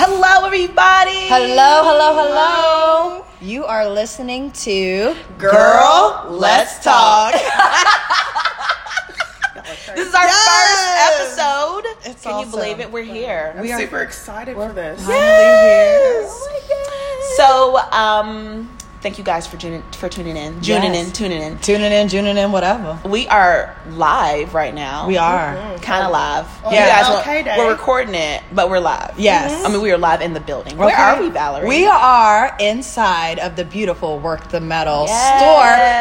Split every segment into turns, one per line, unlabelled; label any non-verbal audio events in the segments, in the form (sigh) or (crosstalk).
Hello, everybody.
Hello, hello, hello. You are listening to
Girl, let's talk. this is our
Yes.
first episode.
It's
Can
awesome.
you believe it? We're here.
I'm super excited for this.
yes.
Oh
So, um, thank you guys for tuning for tuning in, tuning
Yes.
in, tuning in.
(laughs) Tuning in, tuning in, whatever.
We are live right now.
We are. Oh,
kind of live.
Yeah.
you guys,
Okay,
won't-
Dave.
we're recording it, but we're live.
Yes.
I mean we are live in the building. Where
Okay.
are we, Valerie?
We are inside of the beautiful Work the Metal
Yes.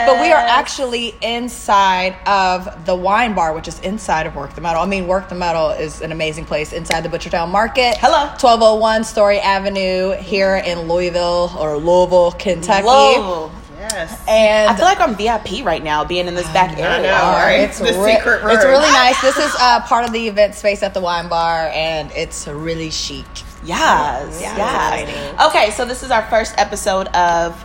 store, but we are actually inside of the wine bar, which is inside of Work the Metal. I mean, Work the Metal is an amazing place inside the Butchertown Market.
Hello.
1201 Story Avenue here in Louisville or Louisville, Kentucky.
Whoa.
Yes.
And
I feel like I'm VIP right now, being in this back area.
know,
are.
right?
It's
The
re-
secret room.
It's really nice. This is uh, part of the event space at the wine bar, and it's really chic.
Yes,
Yeah, it's
yes. Okay, so this is our first episode of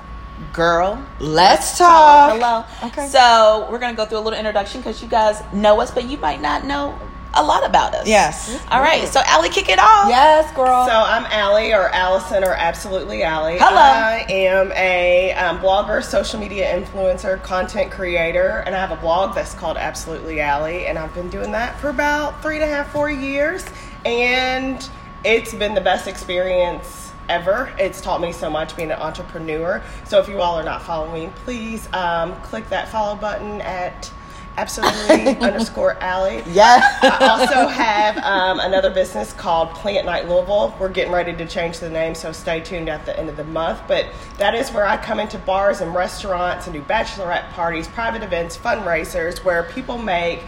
Girl.
Let's talk.
Hello.
Okay.
So we're gonna go through a little introduction because you guys know us, but you might not know a lot about us.
Yes.
All right. So Allie, kick it off.
Yes, girl.
So I'm Allie or Allison or Absolutely Allie.
Hello.
I am a um, blogger, social media influencer, content creator, and I have a blog that's called Absolutely Allie, and I've been doing that for about three and a half, four years, and it's been the best experience ever. It's taught me so much being an entrepreneur. So if you all are not following me, please um, click that follow button at (laughs) absolutely underscore Allie.
yes.
I also have um, another business called Plant Night Louisville. We're getting ready to change the name, so stay tuned at the end of the month. But that is where I come into bars and restaurants and do bachelorette parties, private events, fundraisers, where people make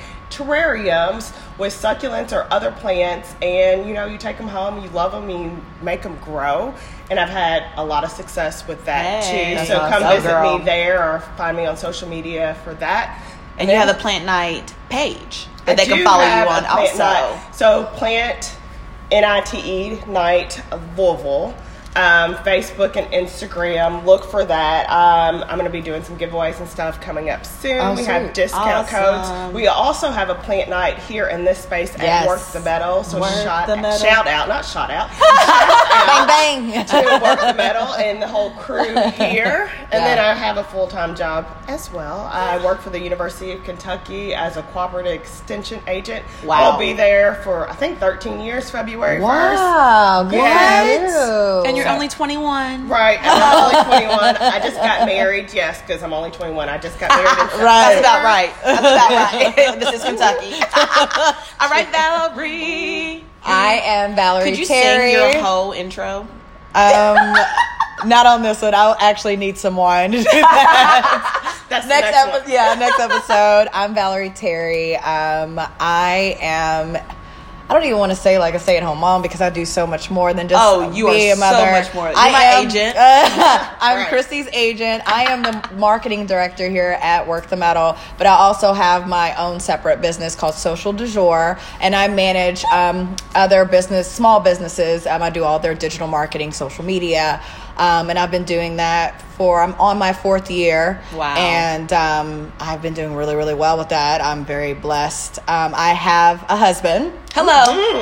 terrariums with succulents or other plants, and you know, you take them home, you love them, you make them grow. And I've had a lot of success with that
Hey,
too. So
that's
come
awesome,
visit
girl.
me there or find me on social media for that.
And you have a plant night page that they
I
can
do
follow
have
you
a
on
plant
also.
night. So plant N I T E night Louisville. Um, Facebook and Instagram. Look for that. Um, I'm going to be doing some giveaways and stuff coming up soon.
Oh,
we
sweet.
have discount
Awesome.
codes. We also have a plant night here in this space at
Yes.
Work the Metal. So
Work
shout,
the Metal.
shout out, not
(laughs)
shout out,
bang bang. (laughs)
to Work the Metal and the whole crew here. And then
Yeah.
I have a full time job as well. I work for the University of Kentucky as a cooperative extension agent.
Wow.
I'll be there for, I think, 13 years, February 1st.
Wow. Good.
Yeah.
And you're only 21.
Right, and I'm only 21. I just got married, yes, because I'm only 21. I just got married. in
That's
(laughs) Right.
about right. That's about right. (laughs) this is Kentucky. All right, Valerie.
I am Valerie
Could you
Terry.
sing your whole intro?
um, (laughs) not on this one. I'll actually need
(laughs)
someone to do that.
That's the
next,
next one.
episode. Yeah, next episode. I'm Valerie Terry. Um, I am. I don't even want to say like a stay-at-home mom because I do so much more than just
Oh, you are
be a
so
mother.
much more. You're
I
my
am,
agent.
(laughs) I'm
Right.
Christy's agent. I am the marketing director here at Work the Metal, but I also have my own separate business called Social Du Jour, and I manage um, other business, small businesses. Um, I do all their digital marketing, social media, um, and I've been doing that for. I'm on my fourth year.
Wow.
And um, I've been doing really, really well with that. I'm very blessed. Um, I have a husband.
Hello.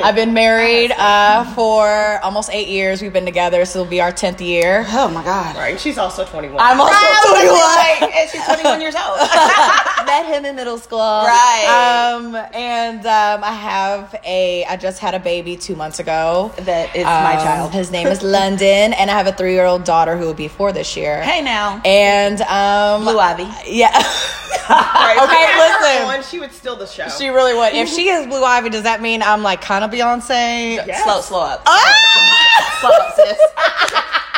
I've been married uh, for almost eight years. We've been together. This will be our tenth year.
Oh my God.
Right, she's also 21.
I'm also
I
21.
was like, she's 21 years old.
Met him in middle school.
Right.
Um, and um, I have a. I just had a baby two months ago.
That is my
Um,
child.
His name is London, and I have a three-year-old daughter who will be four this year.
Hey now.
And um,
Blue Ivy.
Yeah. (laughs)
Right, if we
okay,
had her
listen.
on, she would steal the show.
She really would. If she is Blue Ivy, does that mean I'm like kind of Beyonce?
Yes.
Slow, slow up.
Ah!
Slow up, sis.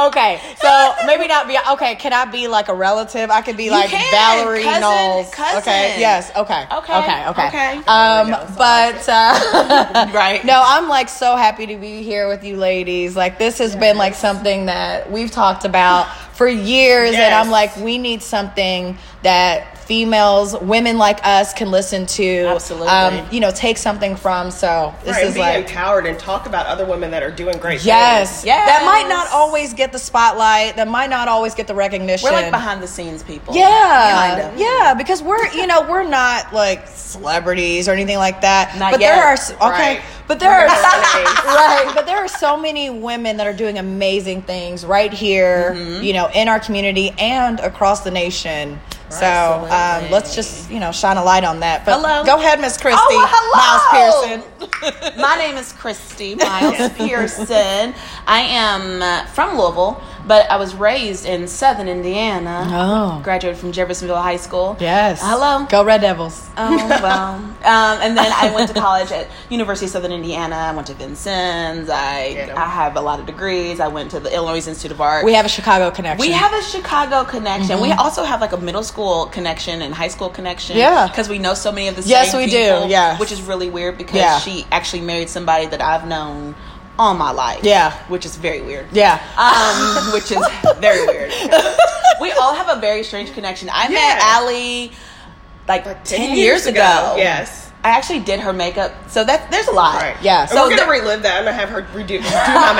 Okay, so maybe not be okay. Can I be like a relative? I could be like
can.
Valerie
Cousin,
Knowles.
cousin.
Okay, yes. Okay.
Okay,
Okay. Okay.
okay.
Um, but uh,
Right.
No, I'm like so happy to be here with you, ladies. Like this has been like something that we've talked about for years, and I'm
Yes.
like, we need something that females, women like us, can listen to. um,
Absolutely.
you know, take something from. So this
right, and
is
be
like
empowered and talk about other women that are doing great
Yes.
things.
Yes.
That might not always get the spotlight. That might not always get the recognition.
We're like behind the scenes people.
Yeah.
Kinda.
Yeah. Because we're, you know, we're not like celebrities or anything like that.
Not
but
yet.
there are, s- okay.
Right.
But there
(laughs)
are,
We're not
(laughs)
celebrities.
right. But there are so many women that are doing amazing things right here,
Mm-hmm.
you know, in our community and across the nation. So um,
Absolutely.
let's just you know shine a light on that. But
Hello.
go ahead, Miss Christy,
Oh, hello.
Miles Pearson.
My name is Christy Miles Pearson. I am uh, from Louisville, but I was raised in Southern Indiana.
Oh.
Graduated from Jeffersonville High School.
Yes.
Hello.
Go Red Devils.
Oh well, um, and then I went to college at University of Southern Indiana. I went to Vincennes. I
Get 'em.
I have a lot of degrees. I went to the Illinois Institute of Art.
We have a Chicago connection. Mm-hmm.
We have a Chicago connection. We also have like a middle school connection and high school connection.
Yeah.
because we know so many of the
Yes,
same
we do.
people,
Yes.
which is really weird because
Yeah.
she actually married somebody that I've known all my life.
Yeah.
which is very weird.
yeah. (laughs)
um, which is very weird. we all have a very strange connection. I met
Yeah.
Allie like,
Like
10, years ago.
Yes.
I actually did her makeup, so that there's a lot.
Right.
Yeah,
And
so
we're
there-
gonna relive that. I'm gonna have her redo do my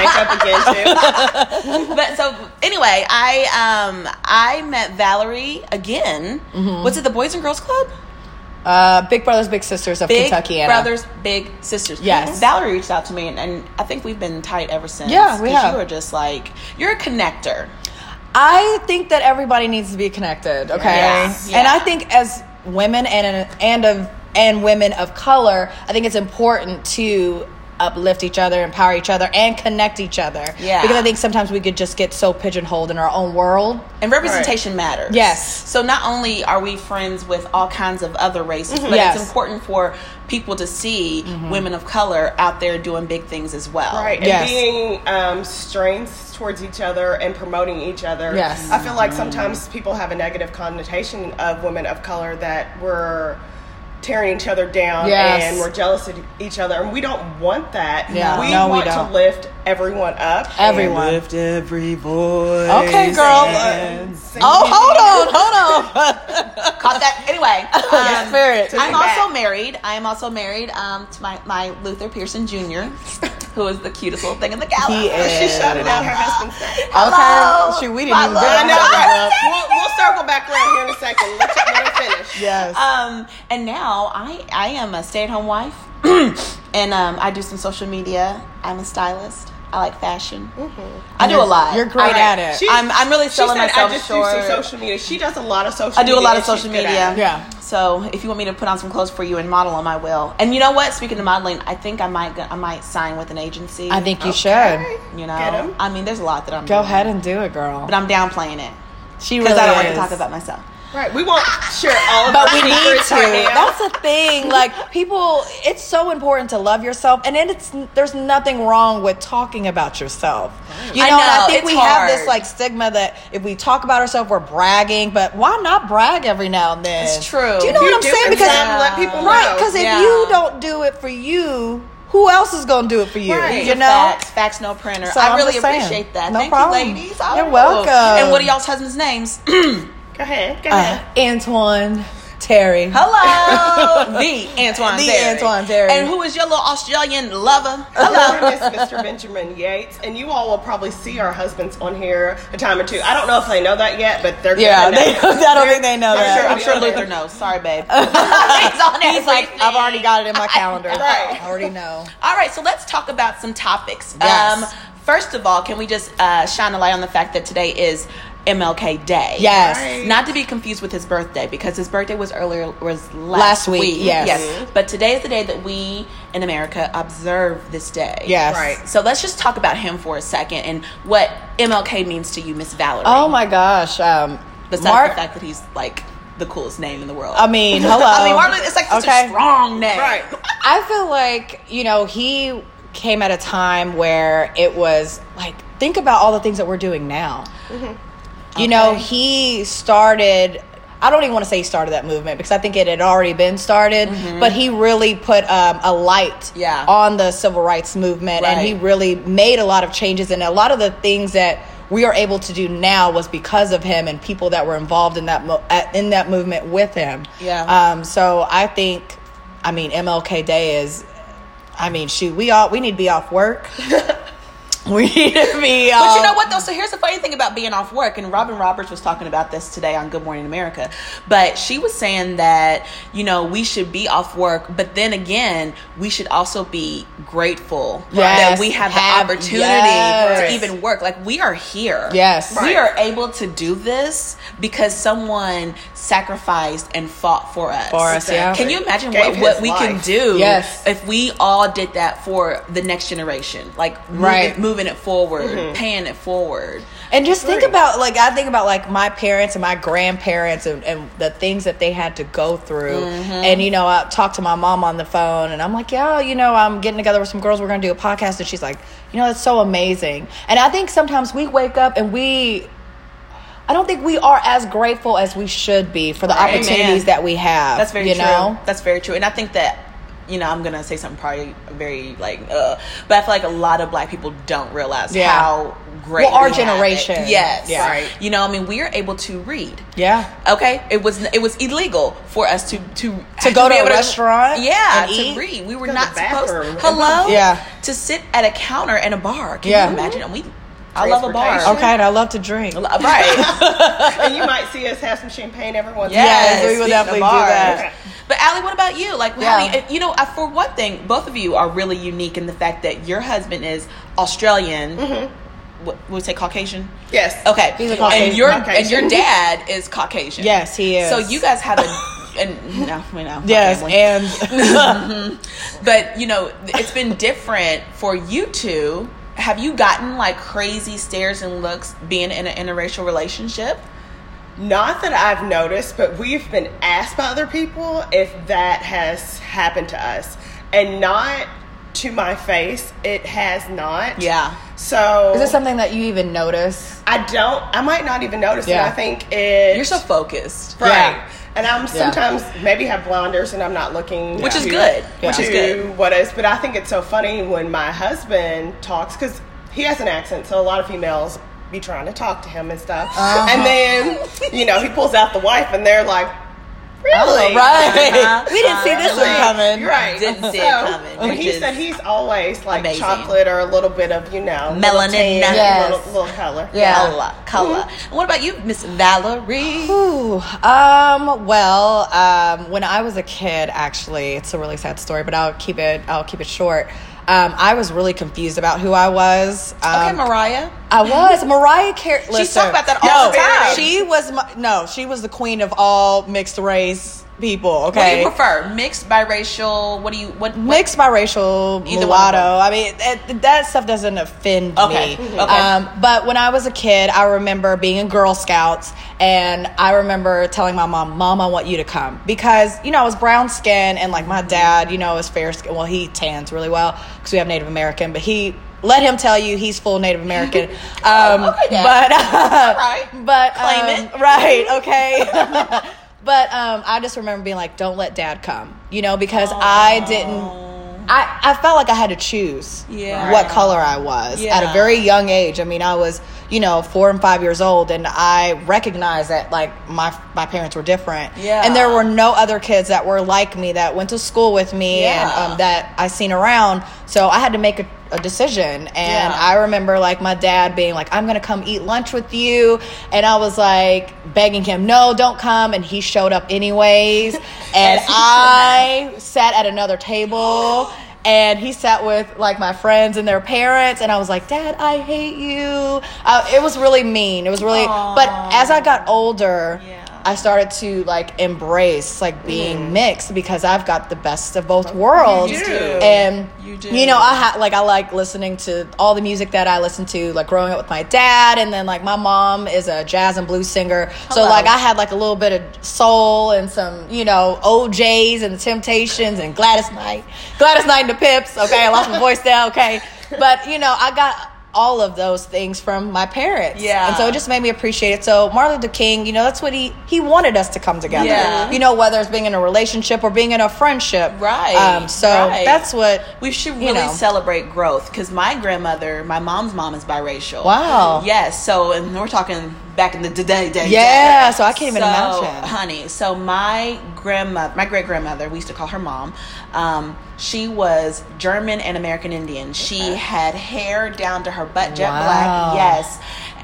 (laughs)
makeup again too.
But so anyway, I um I met Valerie again.
Mm-hmm.
Was it the Boys and Girls Club?
Uh, Big Brothers Big Sisters of
Big
Kentucky. Anna.
brothers, big sisters.
Yes.
Valerie reached out to me, and, and I think we've been tight ever since.
Yeah, we
'Cause
have.
You are just like you're a connector.
I think that everybody needs to be connected, okay?
Yes.
And
Yeah.
I think as women and and of and women of color, I think it's important to uplift each other, empower each other, and connect each other.
Yeah.
Because I think sometimes we could just get so pigeonholed in our own world.
And representation matters.
Yes.
So not only are we friends with all kinds of other races, but
Mm-hmm. Yes. Mm-hmm.
it's important for people to see women of color out there doing big things as well.
Right,
Yes.
and being um, strengths towards each other and promoting each other.
Yes.
I feel like sometimes people have a negative connotation of women of color that we're tearing each other down
Yes.
and we're jealous of each other, and we don't want that.
Yeah.
we
No, we
want
don't.
to lift everyone up.
Everyone.
Lift every voice.
Okay, girl.
uh,
and-
Oh, hold on, hold on.
Caught that anyway.
(laughs)
Um,
Spirit.
I'm
Back.
also married. I am also married um, to my, my Luther Pearson Jr., (laughs) who is the cutest little thing in the galaxy. (laughs)
He is.
She shouted out her husband's name.
(laughs)
Hello.
Okay. Shoot, we didn't
My
even
love.
get
I know,
into
right? We'll, we'll circle back around here in a second. Let you let her finish.
Yes.
(laughs) Um, and now I, I am a stay at home wife, (clears throat) and um, I do some social media. I'm a stylist. I like fashion. I do a lot.
Mm-hmm. You're great
I-
at it.
She-
I'm, I'm really
she
selling
said,
myself
I just
short.
do some social media. She does a lot of social.
I do a lot of
and
social
she's good at
media.
it.
Yeah.
So if you want me to put on some clothes for you and model them, I will. And you know what? Speaking of modeling, I think I might go- I might sign with an agency.
I think you
Okay.
should.
you know.
Get 'em.
I mean, there's a lot that I'm
Go
doing,
ahead and do it, girl.
but I'm downplaying it
she
because
really
I don't like
is.
to talk about myself.
Right, we won't share all of
but
our (laughs)
we need
secrets
to.
right now.
That's the thing. Like people, it's so important to love yourself, and then it's there's nothing wrong with talking about yourself. You
I
know, and I
know,
think
it's
we
hard.
have this like stigma that if we talk about ourselves, we're bragging. But why not brag every now and then?
It's true.
Do you know
You
what I'm
do
saying?
it,
Because
Sam. Let people
right,
know.
because if
Yeah.
you don't do it for you, who else is going to do it for you?
Right.
You know.
facts, facts, no printer.
So
I
I'm
really
just saying.
appreciate that.
No
Thank
problem.
you, ladies. Oh.
You're welcome.
And what are y'all's husbands' names?
Go ahead. Go
Uh,
ahead.
Antoine, Terry.
(laughs) Hello, (laughs) the Antoine,
The
Terry.
Antoine Terry.
And who is your little Australian (laughs) lover?
Hello, this is Mr. Benjamin Yates, and you all will probably see our husbands on here a time or two. I don't know if they know that yet, but they're
Yeah,
gonna
(laughs)
they, (laughs)
know.
I don't think they know
I'm
that.
sure-
I'm sure Luther knows. Sorry, (laughs) babe. He's on
He's like, I've already got it in my calendar.
Right.
I already know.
All right, so let's talk about some topics. Um,
Yes.
first of all, can we just uh, shine a light on the fact that today is MLK Day?
Yes.
Right.
Not to be confused with his birthday because his birthday was earlier was last,
Last week, yes.
But today is the day that we in America observe this day.
Yes.
Right.
So let's just talk about him for a second and what MLK means to you, Miss Valerie.
Oh my gosh. Um,
Besides
Mark.
the fact that he's like the coolest name in the world.
I mean, hello.
(laughs) I mean, Marlon, it's like such a strong name.
Right.
I feel like you know he came at a time where it was like think about all the things that we're doing now. You know,
Mm-hmm. Okay.
he started. I don't even want to say he started that movement because I think it had already been started, but he really put um, a light
Mm-hmm. Yeah.
on the civil rights movement, and he
Right.
really made a lot of changes. And a lot of the things that we are able to do now was because of him and people that were involved in that mo- at- in that movement with him.
Yeah.
Um, so I think, I
(laughs)
mean, MLK Day is, I mean, shoot, we all we need to be off work. (laughs) We need to be.
But you
um,
know what though? So here's the funny thing about being off work, and Robin Roberts was talking about this today on Good Morning America. But she was saying that you know we should be off work, but then again, we should also be grateful
Yes.
that we have,
Have-
the opportunity
yes.
to even work. Like we are here.
Yes.
we
Right.
are able to do this because someone sacrificed and fought for us.
For us, yeah.
Can you imagine what,
Gave
what
his
we can
life.
do?
Yes.
if we all did that for the next generation, like moving,
Right. Mm-hmm.
moving it forward, paying it forward.
And just think
Right.
about like I think about like my parents and my grandparents and, and the things that they had to go through.
Mm-hmm.
And you know, I talked to my mom on the phone and I'm like, Yeah, you know, I'm getting together with some girls, we're gonna do a podcast and she's like, you know, that's so amazing. And I think sometimes we wake up and we I don't think we are as grateful as we should be for the
Right.
opportunities
Amen.
that we have.
That's very
you
true.
know?
That's very true. And I think that you know I'm gonna say something probably very like, uh, but I feel like a lot of black people don't realize
Yeah.
how great
Well,
we
our
have it.
generation.
Yes,
Yeah.
Right.
You know, I mean, we are able to read.
Yeah.
Okay, it was it was illegal for us to to
To go
be
to a
able
restaurant
yeah,
and
to
eat?
read. We were
Go to
not
the
supposed.
bathroom.
Hello,
Yeah.
to sit at a counter in a bar. Can
Yeah.
you imagine? And we, I love a bar.
Transportation.
Okay, and I love to drink.
right?
(laughs)
and you might see us have some champagne every once in a while.
yes, (laughs)
we will
speaking of
definitely do
bars.
that.
But Allie, what about you? Like,
Yeah.
how do you, you know, I- for one thing, both of you are really unique in the fact that your husband is Australian.
Mm-hmm.
What we would say Caucasian.
Yes.
Okay,
He's a Caucasian.
and your and
Caucasian.
your dad is Caucasian.
Yes, he is.
So you guys have
(laughs)
a and no, we know. my
Yes,
family. (laughs)
and
But you know, it's been different for you two. Have you gotten like crazy stares and looks being in an interracial relationship?
Not that I've noticed, but we've been asked by other people if that has happened to us. And not to my face, it has not.
Yeah.
So
is it something that you even notice?
I don't I might not even notice
Yeah.
it. I think it
You're so focused.
right.
Yeah.
And I'm sometimes maybe have blinders and I'm not looking
Which is
to-
good.
Which
to
is good.
what is but I think it's so funny when my husband talks because he has an accent, so a lot of females be trying to talk to him and stuff.
Uh-huh.
And then, you know, he pulls out the wife and they're like,
Oh,
Really?
Uh-huh.
Oh, (laughs) we didn't see this one
Like,
coming.
You're right.
Didn't see it
So,
coming,
When
which
he
is
said he's always like
amazing.
chocolate or a little bit of, you know, little
Melanin.
tan,
Yes.
little, little color.
Yeah.
Color, color. And Mm-hmm. what about you, Miss Valerie?
Ooh, um, well, um, when I was a kid, actually, it's a really sad story, but I'll keep it. I'll keep it short. Um, I was really confused about who I was. Um,
okay, Mariah. (laughs)
I was Mariah Carey.
She's talking about that all
no,
the time.
She was my, no, she was the queen of all mixed race people.
What do
Okay,
you prefer? Mixed, biracial? What do you what? what
mixed biracial
Either one of
mulatto.
them.
I mean, that, that stuff doesn't offend
Okay.
me.
Mhm. Okay.
Um, but when I was a kid, I remember being in Girl Scouts, and I remember telling my mom, "Mom, I want you to come," because you know I was brown skin, and like my dad, you know, is fair skin. Well, he tans really well because we have Native American, but he. Let him tell you he's full
(laughs)
Native American. Um,
okay, Dad.
but (laughs)
right.
but
Claim
um,
it.
(laughs) right okay (laughs) but um i just remember being like don't let dad come you know because i didn't I, I felt like i had to choose
Yeah.
what color i was at a
Yeah.
very young age i mean i was you know four and five years old and i recognized that like my my parents were different
Yeah.
and there were no other kids that were like me that went to school with me
Yeah.
and um, that i seen around so i had to make a, a decision and
Yeah.
i I remember like my dad being like, I'm gonna come eat lunch with you. And I was like begging him, no, don't come. And he showed up
(laughs)
anyways. And
As he should
I sat at another table. And he sat with like my friends and their parents, and I was like, "Dad, I hate you." I, it was really mean. It was really, but as I got older,
Yeah. Mm.
I started to like embrace like being mixed because I've got the best of both worlds,
do.
and
You do.
you know I ha- like I like listening to all the music that I listened to, like growing up with my dad, and then like my mom is a jazz and blues singer, so
Hello.
like I had like a little bit of soul and some you know OJ's and Temptations and Gladys Knight, Gladys Knight and the Pips. Okay, I lost my voice there. Okay, but you know I got all of those things from my parents,
Yeah.
and so it just made me appreciate it. So Martin Luther King, you know, that's what he he wanted us to come together,
Yeah.
you know, whether it's being in a relationship or being in a friendship,
Right,
Um, so
right.
that's what
we should
you
really
know.
celebrate growth because my grandmother, my mom's mom is biracial.
Wow.
Yes. So, and we're talking back in the day. day
Yeah,
day.
so I can't even imagine.
Honey, so my grandmother, my great grandmother, we used to call her mom. Um, she was German and American Indian. She had hair down to her butt, jet
Wow.
black. Yes,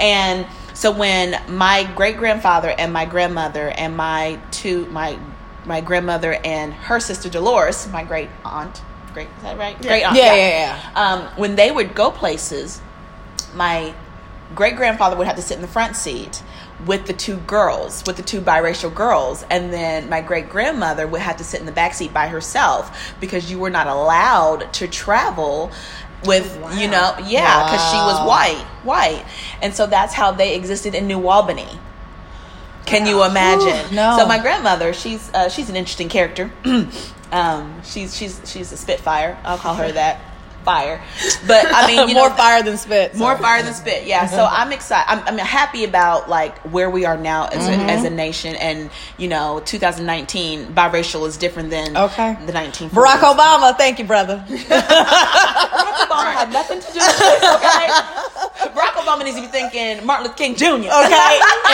and so when my great grandfather and my grandmother and my two my my grandmother and her sister Dolores, my great aunt, great is that right? Great aunt,
Yeah, yeah,
Um, when they would go places, my great grandfather would have to sit in the front seat with the two girls, with the two biracial girls, and then my great grandmother would have to sit in the back seat by herself because you were not allowed to travel with you know yeah because she was
Wow.
white white and so that's how they existed in new albany can you imagine
Ooh, no.
so my grandmother she's uh, she's an interesting character (clears throat) um, she's she's she's a spitfire i'll call her that fire but i (laughs) mean you
more
know,
fire than spit. so.
more fire than spit yeah so i'm excited I'm, I'm happy about like where we are now as, a, as a nation and you know 2019 biracial is different than
Okay.
the 19
Barack Obama, thank you,
(laughs)
brother.
Barack Obama had nothing to do with this okay (laughs) Barack Obama needs to be thinking Martin Luther King Jr
(laughs) Okay,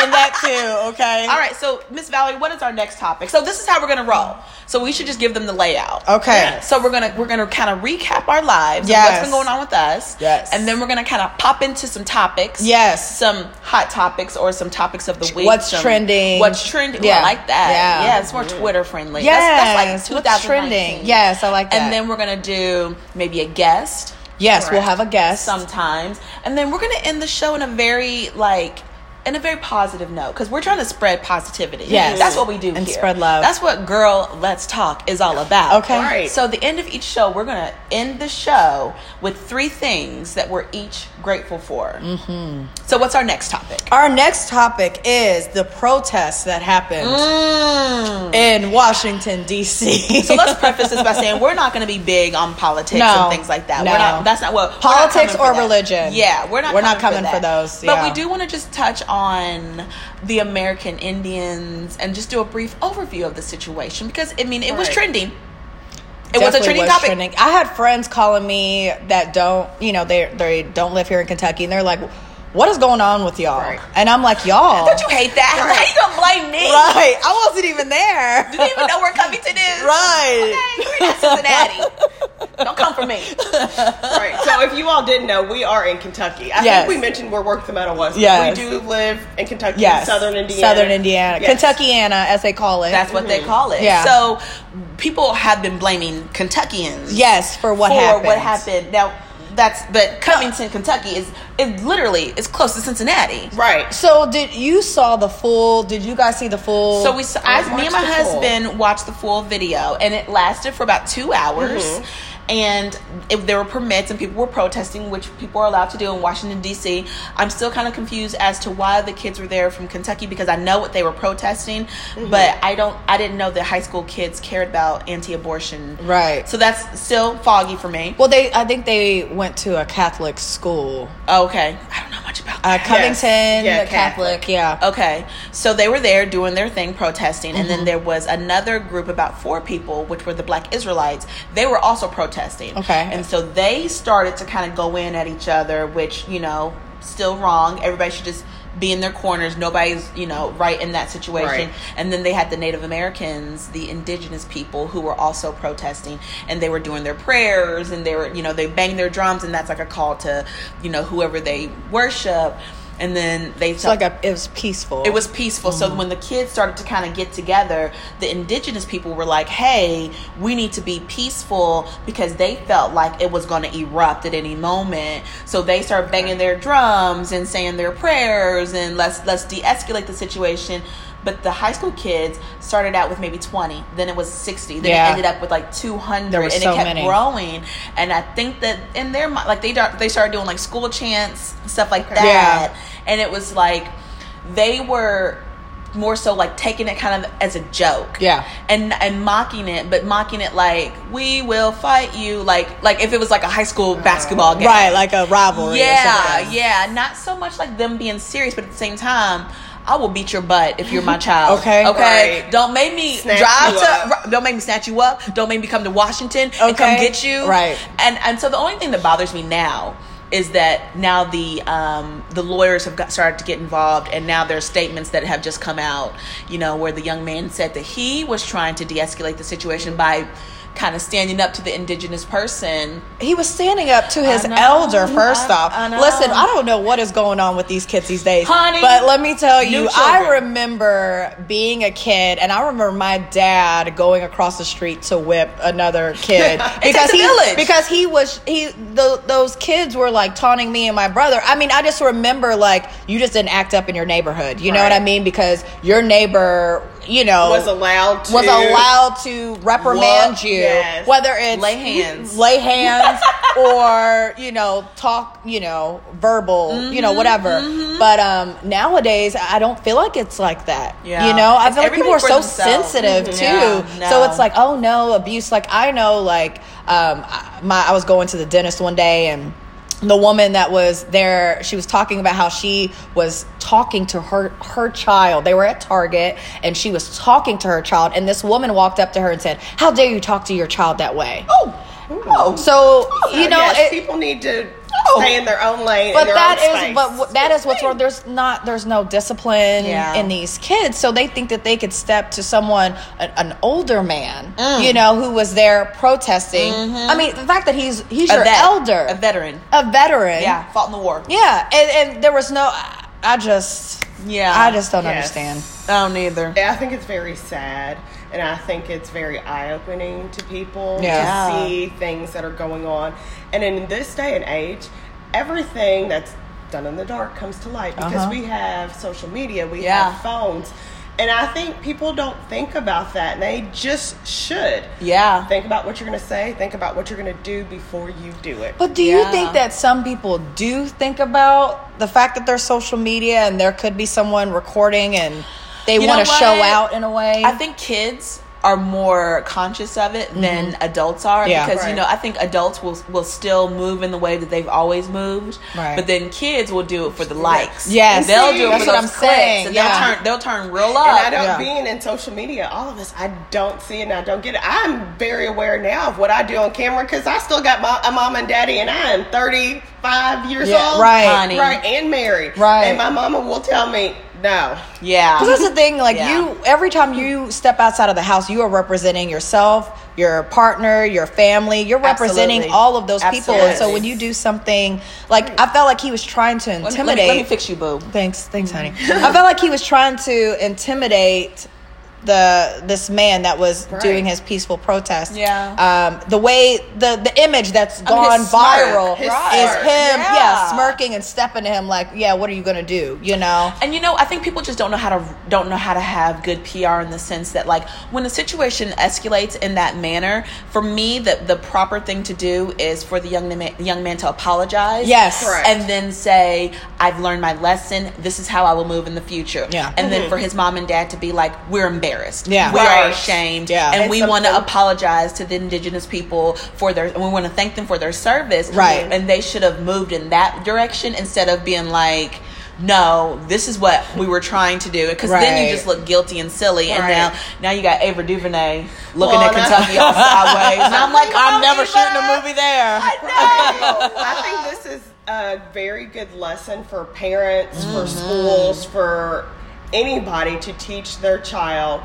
and that too. Okay.
all right so Miss Valerie what is our next topic so this is how we're gonna roll so we should just give them the layout
Okay.
So we're gonna we're gonna kind of recap our lives, and
Yes.
what's been going on with us,
Yes.
and then we're gonna kind of pop into some topics,
Yes.
some hot topics or some topics of the week,
What's
some-
trending.
what's trending, yeah,
Yeah.
I like that,
Yeah.
yeah, it's more Twitter friendly,
Yes.
that's, that's like
What's
2019.
trending? Yes, I like that.
And then we're gonna do maybe a guest
Yes, we'll
Correct.
have a guest.
sometimes, and then we're gonna end the show in a very like. In a very positive note, because we're trying to spread positivity.
Yes.
that's what we do,
And
here.
spread love.
That's what "Girl, Let's Talk" is all about.
Okay.
Right.
So the end of each show, we're gonna end the show with three things that we're each grateful for. Mm-hmm. So what's our next topic?
Our next topic is the protests that happened Mm. in Washington D.C.
Mm. So
(laughs)
let's preface this by saying we're not going to be big on politics
No.
and things like that.
No.
We're not. That's not what we're not
Politics
coming for
or
that.
religion.
Yeah, we're not.
We're not coming for
that.
those,
But
yeah.
we do want to just touch on the American Indians and just do a brief overview of the situation because I mean it was
Right.
trending. It was a
Definitely
trending topic.
trending. I had friends calling me that don't, you know, they they don't live here in Kentucky, and they're like, "What is going on with y'all?"
Right.
And I'm like, "Y'all,
Don't you hate that? How you gonna blame me?
(laughs) right? I wasn't even there."
You didn't even know where Covington is.
(laughs) Right.
Okay, we're not Cincinnati. Don't come for me.
right. So if you all didn't know, we are in Kentucky. I
Yes.
think we mentioned where Work the Metal was.
Yes.
We do live in Kentucky,
Yes.
Southern Indiana.
Southern Indiana.
Yes.
Kentuckiana, as they call it.
That's what
(laughs)
they call it.
Yeah.
So people have been blaming Kentuckians.
yes, for what
for
happened.
what happened. Now that's but Covington, Kentucky is is literally is close to Cincinnati.
Right.
So did you saw the full? Did you guys see the full?
So we, saw, I, me and my
watched the full.
husband watched the full video, and it lasted for about two hours. And if there were permits and people were protesting, which people are allowed to do in Washington D.C., I'm still kind of confused as to why the kids were there from Kentucky because I know what they were protesting, but I don't, I didn't know that high school kids cared about anti-abortion.
right.
So that's still foggy for me.
Well, they I think they went to a Catholic school.
Oh, Okay, I don't know much about
Uh,
that.
Covington
Yeah,
Catholic. Yeah. Mm-hmm.
Okay, so they were there doing their thing, protesting, and then there was another group, about four people, which were the Black Israelites. They were also protesting.
Okay.
and so they started to kind of go in at each other, which you know, still wrong. Everybody should just be in their corners. Nobody's you know right in that situation.
Right.
And then they had the Native Americans, the indigenous people, who were also protesting, and they were doing their prayers, and they were you know they banged their drums, and that's like a call to you know whoever they worship. And then they
It's like a it was peaceful.
it was peaceful. So when the kids started to kind of get together, the indigenous people were like, "Hey, we need to be peaceful because they felt like it was going to erupt at any moment." So they started banging their drums and saying their prayers and let's let's de-escalate the situation. But the high school kids started out with maybe 20, then it was 60, then
Yeah.
it ended up with like 200
There were
and it
so
kept
many.
growing. And I think that in their mind like they dar- they started doing like school chants, stuff like
Yeah.
that. And it was like they were more so like taking it kind of as a joke.
Yeah.
And and mocking it, but mocking it like, we will fight you like like if it was like a high school basketball game.
right, like a rivalry. or
Yeah,
something.
yeah. Not so much like them being serious, but at the same time, I will beat your butt if you're my child.
(laughs) Okay.
Okay.
Right.
Don't make me
Snatch
drive
you
to.
up.
ri- Don't make me snatch you up. Don't make me come to Washington and come
Okay.
get you.
Right.
And and so the only thing that bothers me now is that now the um, the lawyers have got started to get involved, and now there's statements that have just come out, you know, where the young man said that he was trying to de-escalate the situation by kind of standing up to the indigenous person.
He was standing up to his
know.
elder. First
I-
off,
I know.
listen, I don't know what is going on with these kids these days,
Honey,
but let me tell you,
new
I
children.
remember being a kid, and I remember my dad going across the street to whip
(laughs)
another kid
takes a
he
village.
because he was he tho- those kids were like taunting me and my brother. I mean, I just remember like you just didn't act up in your neighborhood. You know what I
Right.
mean? Because your neighbor, you know,
was allowed to
was allowed to reprimand
Wha-
you,
yes.
whether it's
Lay hands.
lay hands, or you know, talk, you know, verbal, you know, whatever. But um, nowadays, I don't feel like it's like that.
Yeah.
You know, I
It's
feel like people are
everybody
so
for themselves.
sensitive
Mhm.
too.
Yeah,
So
no.
it's like, oh no, abuse. Like I know, like um, I- my I was going to the dentist one day and. The woman that was there, she was talking about how she was talking to her her child. They were at Target and she was talking to her child and this woman walked up to her and said, "How dare you talk to your child that way?"
Oh, oh,
So, you know,
uh, yes,
it-
people need to
No.
stay in their own lane.
but
in their
that
own
is
space.
but w- that is what's wrong. There's not there's no discipline
Yeah.
in these kids, so they think that they could step to someone an, an older man,
Mm.
you know, who was there protesting. I mean, the fact that he's he's your
vet-
elder,
Mm-hmm. a veteran.
a veteran,
Yeah, fought in the war.
yeah, and, and there was no. I- I just
Yeah.
I just don't
Yes.
understand.
I don't either.
Yeah, I think it's very sad, and I think it's very eye opening to people
Yeah.
to see things that are going on. And in this day and age, everything that's done in the dark comes to light because
Uh-huh.
we have social media, we
Yeah.
have phones, and I think people don't think about that, and they just should.
Yeah.
Think about what you're going to say. Think about what you're going to do before you do it.
But do you
Yeah.
think that some people do think about the fact that there's social media and there could be someone recording and they
You
want
know
to show
what?
out in a way?
I think kids are more conscious of it than adults are
Mm-hmm. Yeah.
because
Right.
you know I think adults will will still move in the way that they've always moved,
Right.
but then kids will do it for the likes.
Yes.
And they'll do it
That's
for
what
those
I'm
clicks,
saying,
and
yeah.
they'll turn they'll turn real
and I
up.
don't
yeah.
being in social media, all of us, I don't see it and I don't get it. I'm very aware now of what I do on camera because I still got my a mom and daddy, and I am 35 years
Yeah,
old,
right.
Honey.
right, and married,
Right.
And my mama will tell me no.
Yeah,
Because that's the thing, like
Yeah.
you, every time you step outside of the house, you are representing yourself, your partner, your family. You're representing
Absolutely.
all of those people. And so
Absolutely.
when you do something, like I felt like he was trying to
Let
intimidate.
me- let me, let me fix you, boo.
Thanks,
(laughs)
thanks, honey. I felt like he was trying to intimidate the this man that was
Right.
doing his peaceful protest.
Yeah.
Um, the way the the image that's
I mean,
gone
his smirk,
viral
his
is
smirk.
him, yeah.
Yeah.
smirking and stepping to him like, yeah, what are you gonna do? You know.
And you know, I think people just don't know how to don't know how to have good PR in the sense that like when a situation escalates in that manner, for me the the proper thing to do is for the young man, young man to apologize.
Yes.
Correct.
And then say, I've learned my lesson. This is how I will move in the future.
Yeah.
And then for his mom and dad to be like, we're embarrassed. We
Yeah.
Mm-hmm. Right.
are ashamed.
Yeah.
And
And
we want to
something-
apologize to the indigenous people for their, and we want to thank them for their service.
Right.
And they should have moved in that direction instead of being like, no, this is what we were trying to do. Because then
Right.
you just look guilty and silly. And
Right.
now, now you got Ava DuVernay looking
Well,
at
and I-
Kentucky
(laughs)
all sideways. And I'm like, I'm never shooting a movie. (laughs)
there.
I think this is a very good lesson for parents,
Mm-hmm.
for schools, for anybody to teach their child,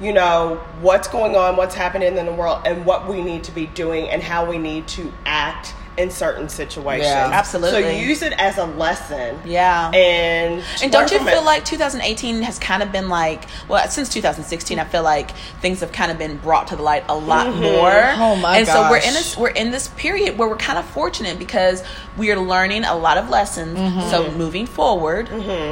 you know, what's going on, what's happening in the world, and what we need to be doing and how we need to act in certain situations.
Yeah.
Absolutely.
So use it as a lesson.
Yeah.
And
And don't
learn
you
from
feel
it.
like 2018 has kind of been like, well, since 2016, I feel like things have kind of been brought to the light a lot
Mm-hmm.
more.
Oh, my
And so we're in
gosh.
this we're in this period where we're kind of fortunate because we are learning a lot of lessons. So
Mm-hmm.
moving forward,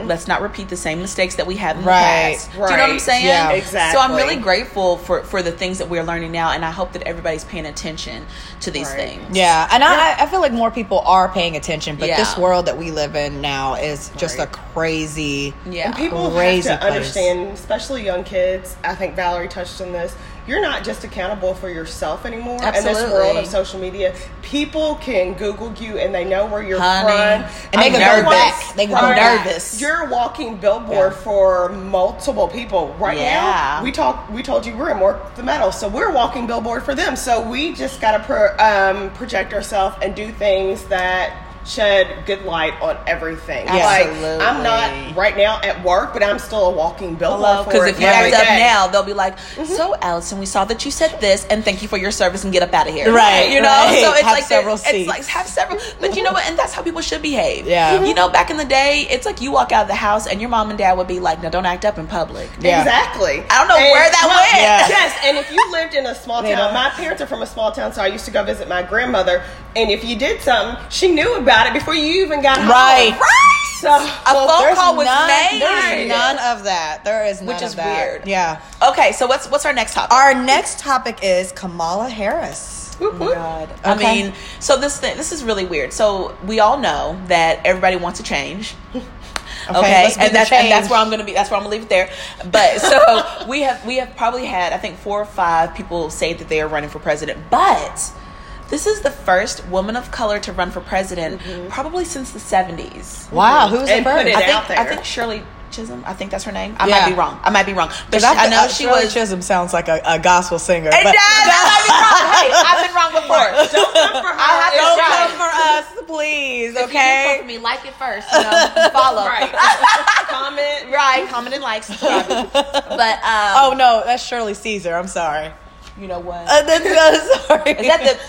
let's not repeat the same mistakes that we had in
Right,
the past. Do you know what I'm
right.
saying?
Yeah.
So I'm really
Exactly.
grateful for for the things that we're learning now, and I hope that everybody's paying attention to these
Right.
things.
Yeah, and I, I feel like more people are paying attention, but
Yeah.
this world that we live in now is just
Right.
a crazy.
Yeah.
And people
Crazy
have to
place.
understand, especially young kids. I think Valerie touched on this. You're not just accountable for yourself anymore. In this
Absolutely.
world of social media, people can Google you and they know where you're
Honey.
from.
And they can
I'm
go
nervous.
back. They can go
Right.
nervous.
You're a walking billboard for multiple people right
Yeah.
now. We talk. We told you we're in work the metal, so we're a walking billboard for them. So we just got to pro, um, project ourselves and do things that shed good light on everything. Like I'm
Absolutely.
not right now at work, but I'm still a walking billboard for
Because
it
if you act
every
up
day.
now, they'll be like,
Mm-hmm.
"So, Allison, we saw that you said this, and thank you for your service, and get up out of here."
Right,
You know.
right.
So it's
Have
like
several
that- it's like
seats.
have several. But you know what? And that's how people should behave.
Yeah. Mhm.
You know, back in the day, it's like you walk out of the house, and your mom and dad would be like, "No, don't act up in public."
Yeah.
Exactly.
I don't know where that went.
Yeah.
Yes, and if you lived in a small
They
town,
don't.
my parents are from a small town, so I used to go visit my grandmother, and if you did something, she knew about it before you even got home.
Right.
Right.
So
A phone
There's
call was
none-
made.
There's none of that. There is none
Which is
of that.
weird.
Yeah.
Okay, so what's what's our next topic?
Our next topic is Kamala Harris.
whoop, whoop.
God. I
Okay.
mean, so this thing, this is really weird. So we all know that everybody wants to change.
(laughs)
Okay,
let's be
and
the
that's and that's
change.
where I'm gonna be. That's where I'm gonna leave it there.
(laughs)
But so we have we have probably had I think four or five people say that they are running for president, but this is the first woman of color to run for president
Mm-hmm.
probably since the 70s.
Wow, who's the
And put
first?
it
I
out
think
there.
I think Shirley Chisholm. I think that's her name. I
Yeah.
might be wrong. I might be wrong. But
Because uh,
she, I know she was.
Chisholm sounds like a, a gospel singer.
It does.
but-
(laughs)
(laughs)
I might be wrong. Hey, I've been wrong before.
Don't come for her.
I have to
It's
Don't
try.
right.
come for us, please.
okay?
Okay.
for me, like it first, you know, follow.
(laughs)
right.
Right. (laughs) Comment.
comment and like, subscribe. but um,
Oh no, that's Shirley Caesar. I'm sorry.
you know what?
Uh, that's, uh, (laughs) sorry.
Is that the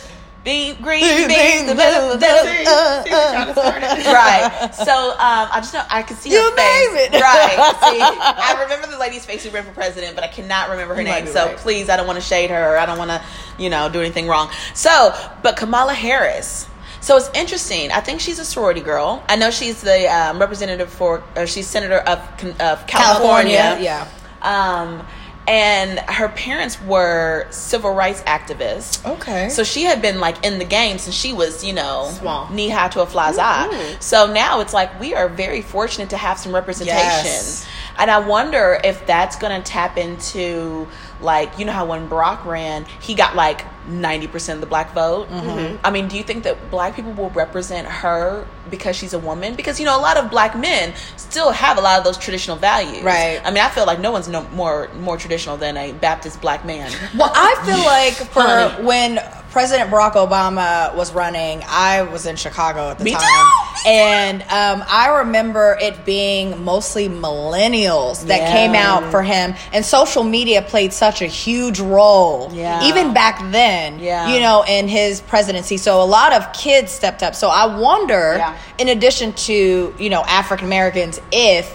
bean
(laughs)
green beans?
Bean,
the blue,
blue,
blue-
See,
Uh,
see, we trying to start it.
(laughs) Right. So um, I just know I could see
You
her face.
name it. (laughs)
Right. See, I remember the lady's face who ran for president, but I cannot remember her
You
name.
might be
So
right.
please, I don't want to shade her. Or I don't want to, you know, do anything wrong. So, but Kamala Harris. So it's interesting. I think she's a sorority girl. I know she's the um, representative for, or she's senator of Con- of California.
Yeah.
Um, and her parents were civil rights activists.
Okay.
So she had been like in the game since she was, you know,
Small.
knee high to a fly's eye.
Mm-hmm.
So now it's like we are very fortunate to have some representation.
Yes.
And I wonder if that's going to tap into like you know how when Barack ran, he got like 90% of the black vote.
Mm-hmm.
Mm-hmm. I mean, do you think that black people will represent her because she's a woman? Because you know a lot of black men still have a lot of those traditional values.
Right.
I mean, I feel like no one's no more more traditional than a Baptist black
(laughs)
man.
Well, I
(laughs)
feel like for
Honey.
when President Barack Obama was running, I was in Chicago at the
Me
time,
too.
and um, I remember it being mostly millennials that
Yeah.
came out for him, and social media played such a huge role,
Yeah.
even back then,
Yeah.
you know, in his presidency. So a lot of kids stepped up. So I wonder,
Yeah.
in addition to you know African Americans, if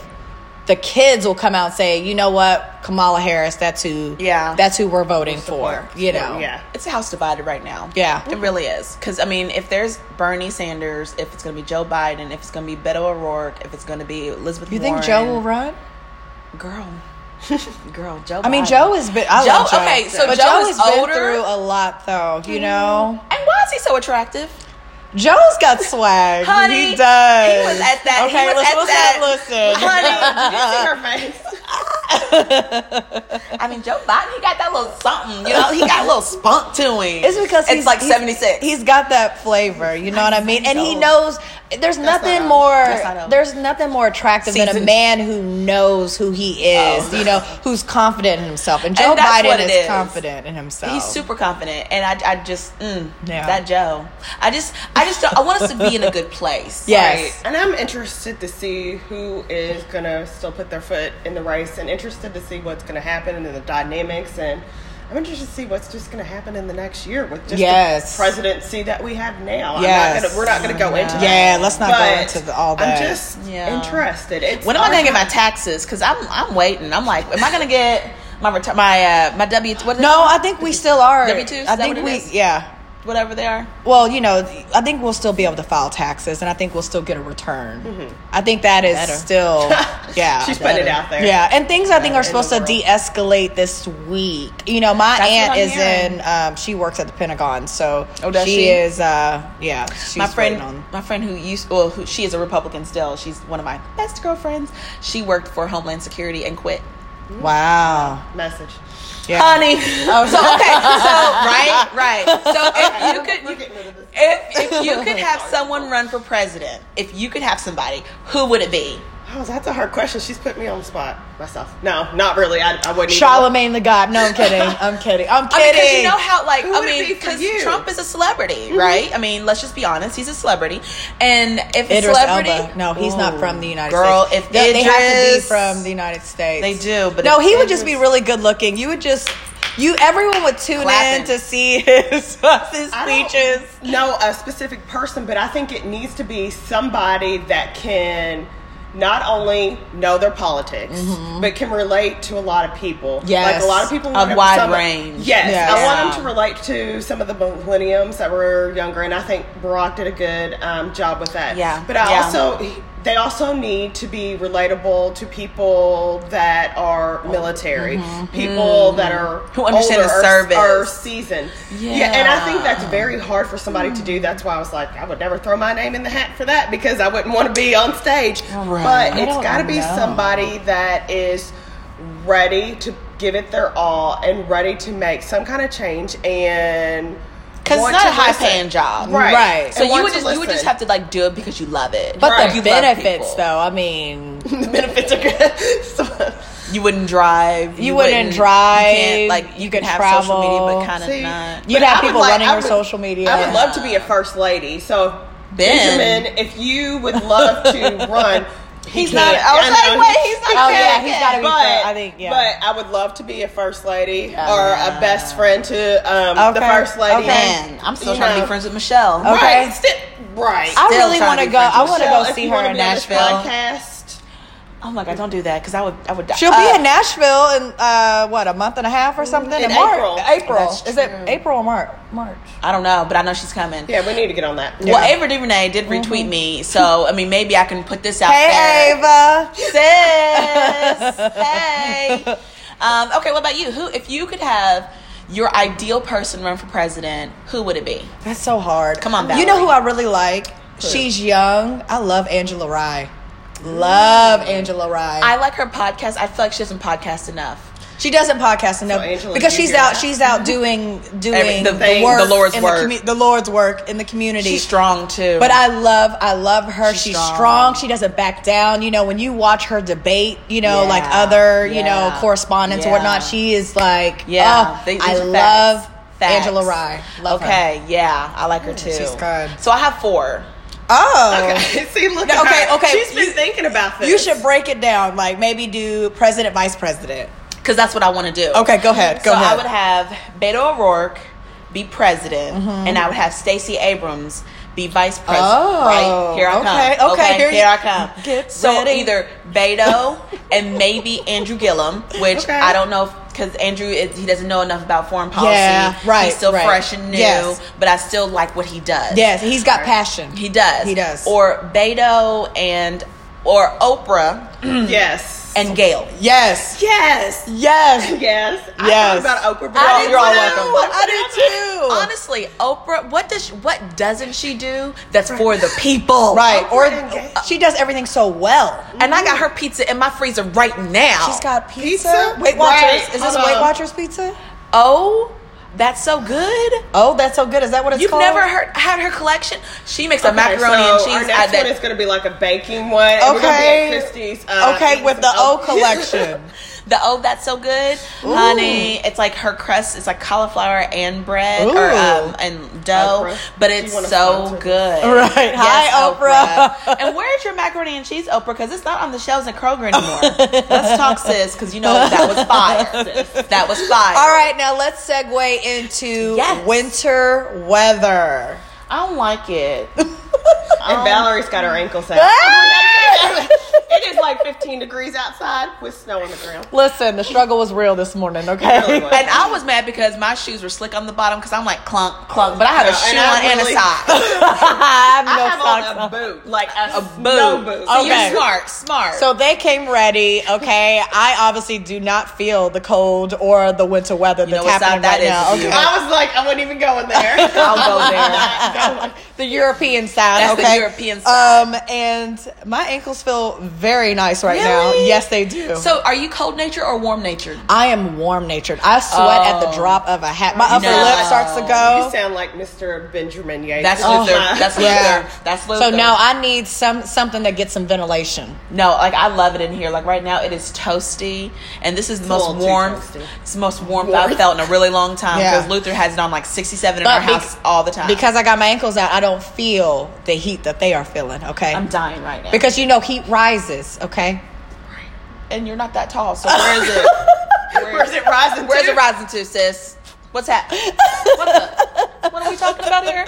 the kids will come out and say, you know what, Kamala Harris, that's who,
Yeah.
that's who we're voting for,
Support.
you know.
Yeah.
it's a house divided right now.
Yeah.
It really is. Because, I mean, if there's Bernie Sanders, if it's going to be Joe Biden, if it's going to be Beto O'Rourke, if it's going to be Elizabeth
You think
Warren.
Joe will run?
Girl.
(laughs)
Girl, Joe
I mean,
Biden.
Joe has been. I
Joe-
love Joe.
okay, so
but
Joe
Joe
is
has been
older. Hmm.
through a lot, though. You know,
And why is he so attractive?
Joe's got swag.
Honey,
he does.
he was at that- he
Okay,
was
let's,
at
let's
that-
not listen.
Honey, (laughs) you see her face?
I mean, Joe Biden, he got that little something, you know? He got a little spunk to him.
It's because
it's
he's
like
he's-
76.
He's got that flavor, you know what I mean? And he
old.
knows there's nothing
old.
more
That's not old.
there's nothing more attractive than a
Seasoned.
man who knows who he
Oh.
is, you know, who's confident in himself. And Joe
And that's
Biden
what it
is,
is.
confident in himself.
He's super confident, and I, I just, mm,
Yeah.
that Joe. I just, I just, don't, I want us to be in a good place.
(laughs) Yes.
And I'm interested to see who is going to still put their foot in the race and interested to see what's going to happen and the dynamics. And I'm interested to see what's just going to happen in the next year with just
Yes.
the presidency that we have now. I'm not
Yes.
gonna- we're not going to go into
Yeah,
that,
let's not go
but
into the- all that.
I'm just
Yeah.
interested. It's
When am I
our
gonna get my
time.
taxes? Because I'm I'm waiting. I'm like, am I gonna get my reti- my uh, my W what is
No, I think we still are.
W2s, is
I
that
think
what it
we
is?
yeah.
it? whatever they are?
Well, you know, I think we'll still be able to file taxes and I think we'll still get a return. I think that is
Mm-hmm. Better. (laughs)
still yeah.
She's putting it out there.
Yeah, and things I think are
in
supposed
the
to de-escalate this week. You know, my
That's what
aunt
I'm
is
hearing.
in. Um, she works at the Pentagon, so
Oh, does
she,
she?
is. Uh, yeah, she's
my friend,
waiting on.
my friend who used well, who she is a Republican still. She's one of my best girlfriends. She worked for Homeland Security and quit.
Wow,
message?
yeah.
Honey, Oh, (laughs) so okay, so right, right. So if you
We're
could.
getting rid of this.
If, if you could have someone run for president, if you could have somebody, who would it be?
Oh, that's a hard question. She's put me on the spot myself. No, not really. I, I wouldn't. even-
Charlemagne the God. No, I'm kidding. I'm kidding. I'm
I mean,
kidding.
because you know how, like,
Who
I
would it
mean,
be for
because
you?
Trump is a celebrity, right? I mean, let's just be honest, he's a celebrity, and if a
Idris
celebrity,
Elba. No, he's not
Ooh,
from the United
girl,
States.
if
they, they have to be
Idris-
from the United States.
They do, but
no,
if
he would just be
Idris-
really good looking. You would just you everyone would tune
Clapping.
in to see his (laughs) his
I don't
speeches.
know a specific person, but I think it needs to be somebody that can not only know their politics, but can relate to a lot of people.
Yes.
like a lot of people.
Mm-hmm. A
want
wide
some-
range.
Yes,
Yes.
I
Yeah.
want them to relate to some of the millenniums that were younger, and I think Barack did a good um, job with that.
Yeah.
but I
Yeah.
also. They also need to be relatable to people that are military, people that are
Mm-hmm. Who understand
older
the
or-
service.
or season. Yeah. and I think
Yeah.
that's very hard for somebody to do. That's why I was like, I would never throw my name in the hat for that because I wouldn't want to be on stage. But it's
don't
got to be
know.
somebody that is ready to give it their all and ready to make some kind of change and
'Cause it's
want
not
to
a high
listen.
paying job,
right?
Right.
So
And
you
want
would
to
just you would just
listen.
have to like do it because you love it.
But
Like,
the
you love
benefits
people.
though, I mean
the benefits are good. So- (laughs)
you wouldn't drive.
You wouldn't drive,
You can't, like
you
you
could
could have social media, but kind
See,
of not.
You'd
but
have
I would
people running
I
your social media.
I would love to be a first lady. So
Ben.
Benjamin, if you would love
(laughs)
to run, he
He's not-
can't.
I was
know
like, wait, he's not
Oh, yeah, he's gotta be
But
first, I think, yeah.
but I would love to be a first lady or a best friend to um, the
Okay,
first lady.
okay.
Man, I'm still
You
trying to
know.
be friends with Michelle.
Okay.
Right, sti- right.
I
still
really
trying
want
to
to
be
go.
friends
I
with
want to
Michelle,
go
if
see
you
her
wanna
in
be on this
Nashville.
Podcast.
Oh my god, don't do that because I would I would die.
She'll
Uh,
be in Nashville in uh, what a month and a half or something.
In
March.
April.
April.
That's
Is it April or March? March.
I don't know, but I know she's coming.
Yeah, we need to get on that.
Well, Ava DuVernay did retweet me, so I mean maybe I can put this out
Mm-hmm. Hey
there.
Ava.
(laughs) Sis, hey. Um, okay, what about you? Who, if you could have your ideal person run for president, who would it be?
That's so hard.
Come on,
You know
Valerie.
who I really like? She's young. I love Angela Rye. Love Angela Rye.
Mm. I like her podcast. I feel like she doesn't podcast enough.
she doesn't podcast enough
Angela,
because
do you
she's
hear
out.
that?
(laughs)
She's out doing doing
Every- the
the,
thing,
work
the Lord's
in
work.
The, commu- the Lord's work in the community.
She's strong too.
But I love, I love her.
She's
She's,
strong.
strong. She doesn't back down. You know, when you watch her debate, you know,
Yeah.
like other, you
Yeah.
know, correspondents
Yeah.
or whatnot, she is like,
Yeah,
yeah,
they- these
I
are
love
facts. Facts.
Angela Rye. Love her.
okay, yeah, I like her too.
she's good.
So I have four.
Oh,
Okay. (laughs) See, look
No,
at
okay,
her.
okay,
She's been
you-
thinking about this.
you should break it down. Like maybe do president, vice president.
because that's what I want to do.
Okay, go ahead. Go
so
ahead.
I would have Beto O'Rourke be president, and I would have Stacey Abrams be vice president.
Mm-hmm. Oh,
right here I
okay,
come.
okay, here you-
here I come.
get
so
ready.
either Beto and maybe Andrew Gillum, which
Okay.
I don't know because Andrew is, he doesn't know enough about foreign policy.
Yeah, right,
He's still
right.
fresh and new,
Yes.
but I still like what he does.
yes, he's got passion.
he does.
He does.
Or Beto and or Oprah
Yes.
and Gail.
yes,
yes.
yes. Oh,
Yes.
Yes.
I thought about Oprah.
I
Brown.
did You're all too. welcome.
I do too.
Honestly, Oprah, what does she, what doesn't she do that's for the people?
Right,
Oprah
or uh, she does everything so well.
And I got her pizza in my freezer right now.
She's got pizza.
Pizza?
Weight Watchers.
Right.
Is this
Hold
Weight
on.
Watchers pizza?
oh, that's so good.
Oh, that's so good. Is that what it's
You've
called?
never heard, had her collection. She makes a
Okay,
macaroni
so
and cheese.
Our next
I- that-
one is going to be like a baking one. and We're going to
Okay.
be at Christie's. uh,
okay,
eating
with
some
the O
Oh. (laughs)
oat- (laughs)
collection.
the oh, that's so good, honey. It's like her crust. It's like cauliflower and bread or
Ooh.
um, and dough,
Oprah,
but
do you
it's
wanna
so
sponsor this?
good.
Right. Hi, Oprah.
and where's your macaroni and cheese, Oprah? Because it's not on the shelves at Kroger anymore. Let's talk, sis. Because you know that was fire. sis. That was fire.
All right, now let's segue into
Yes.
winter weather.
I don't like it.
Um,
And Valerie's got her ankles out.
Ah!
it is like 15 degrees outside with snow on the ground.
Listen, the struggle was real this morning, okay? (laughs)
Really was.
And I was mad because my shoes were slick on the bottom because I'm like clunk clunk, but I have a
No, and
shoe
I
on and a
really-
sock,
(laughs) I have
I
no
have
socks
on
on.
a boot, like a,
(laughs)
(laughs)
a boot.
snow boot.
So
Okay.
you're smart, smart.
So they came ready, okay? I obviously do not feel the cold or the winter weather that's
know what
happening
side
right
that
now.
is?
Okay.
I was like, I wouldn't even go
(laughs)
in there. (laughs)
I'll go there.
No,
The European side,
That's the
okay?
European side.
Um, and my ankles feel very very nice right now.
Really?
Yes, they do.
So, are you cold nature or warm natured?
I am warm natured. I sweat at the
Oh.
drop of a hat. My upper
No.
lip starts to go.
You sound like Mr. Benjamin Yates.
That's
Oh
Luther.
my-
That's Luther.
Yeah.
That's Luther.
So now I need some something that gets some ventilation.
No, like I love it in here. Like right now, it is toasty, and this is the
a
most
little too
warm.
toasty.
It's the most warmth I've felt in a really long time
Yeah.
because Luther has it on like sixty-seven in our
But bec-
house all the time.
Because I got my ankles out, I don't feel the heat that they are feeling. Okay,
I'm dying right now,
because you know heat rises. Okay,
and you're not that tall. So where is
(laughs)
it?
(laughs) Where's it rising?
Where's
to?
it rising to, sis? What's
(laughs)
happening? What, the- what are we talking about here?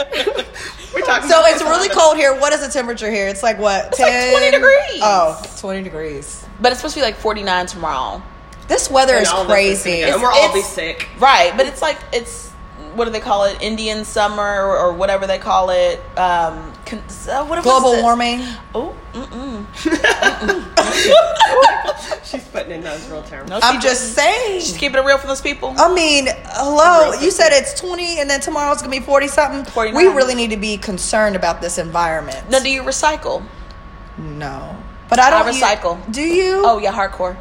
We're talking
so it's really cold here. What is the temperature here? It's like what?
like 20 degrees.
Oh, 20 degrees.
But it's supposed to be like 49 tomorrow.
This weather
And
is
all of us
crazy.
together. And we're all
It's-
be sick.
Right, but it's like it's what do they call it? Indian summer or, or whatever they call it. Um, con- uh, what
Global warming.
Oh, mm-mm.
She's putting in those real terms.
No,
I'm
she
just saying.
she's keeping it real for those people.
I mean, hello. You said it's 20, and then tomorrow's gonna be 40 something.
49.
We really need to be concerned about this environment.
Now, do you recycle?
No. But I don't
I
u-
recycle.
do you?
Oh yeah, hardcore.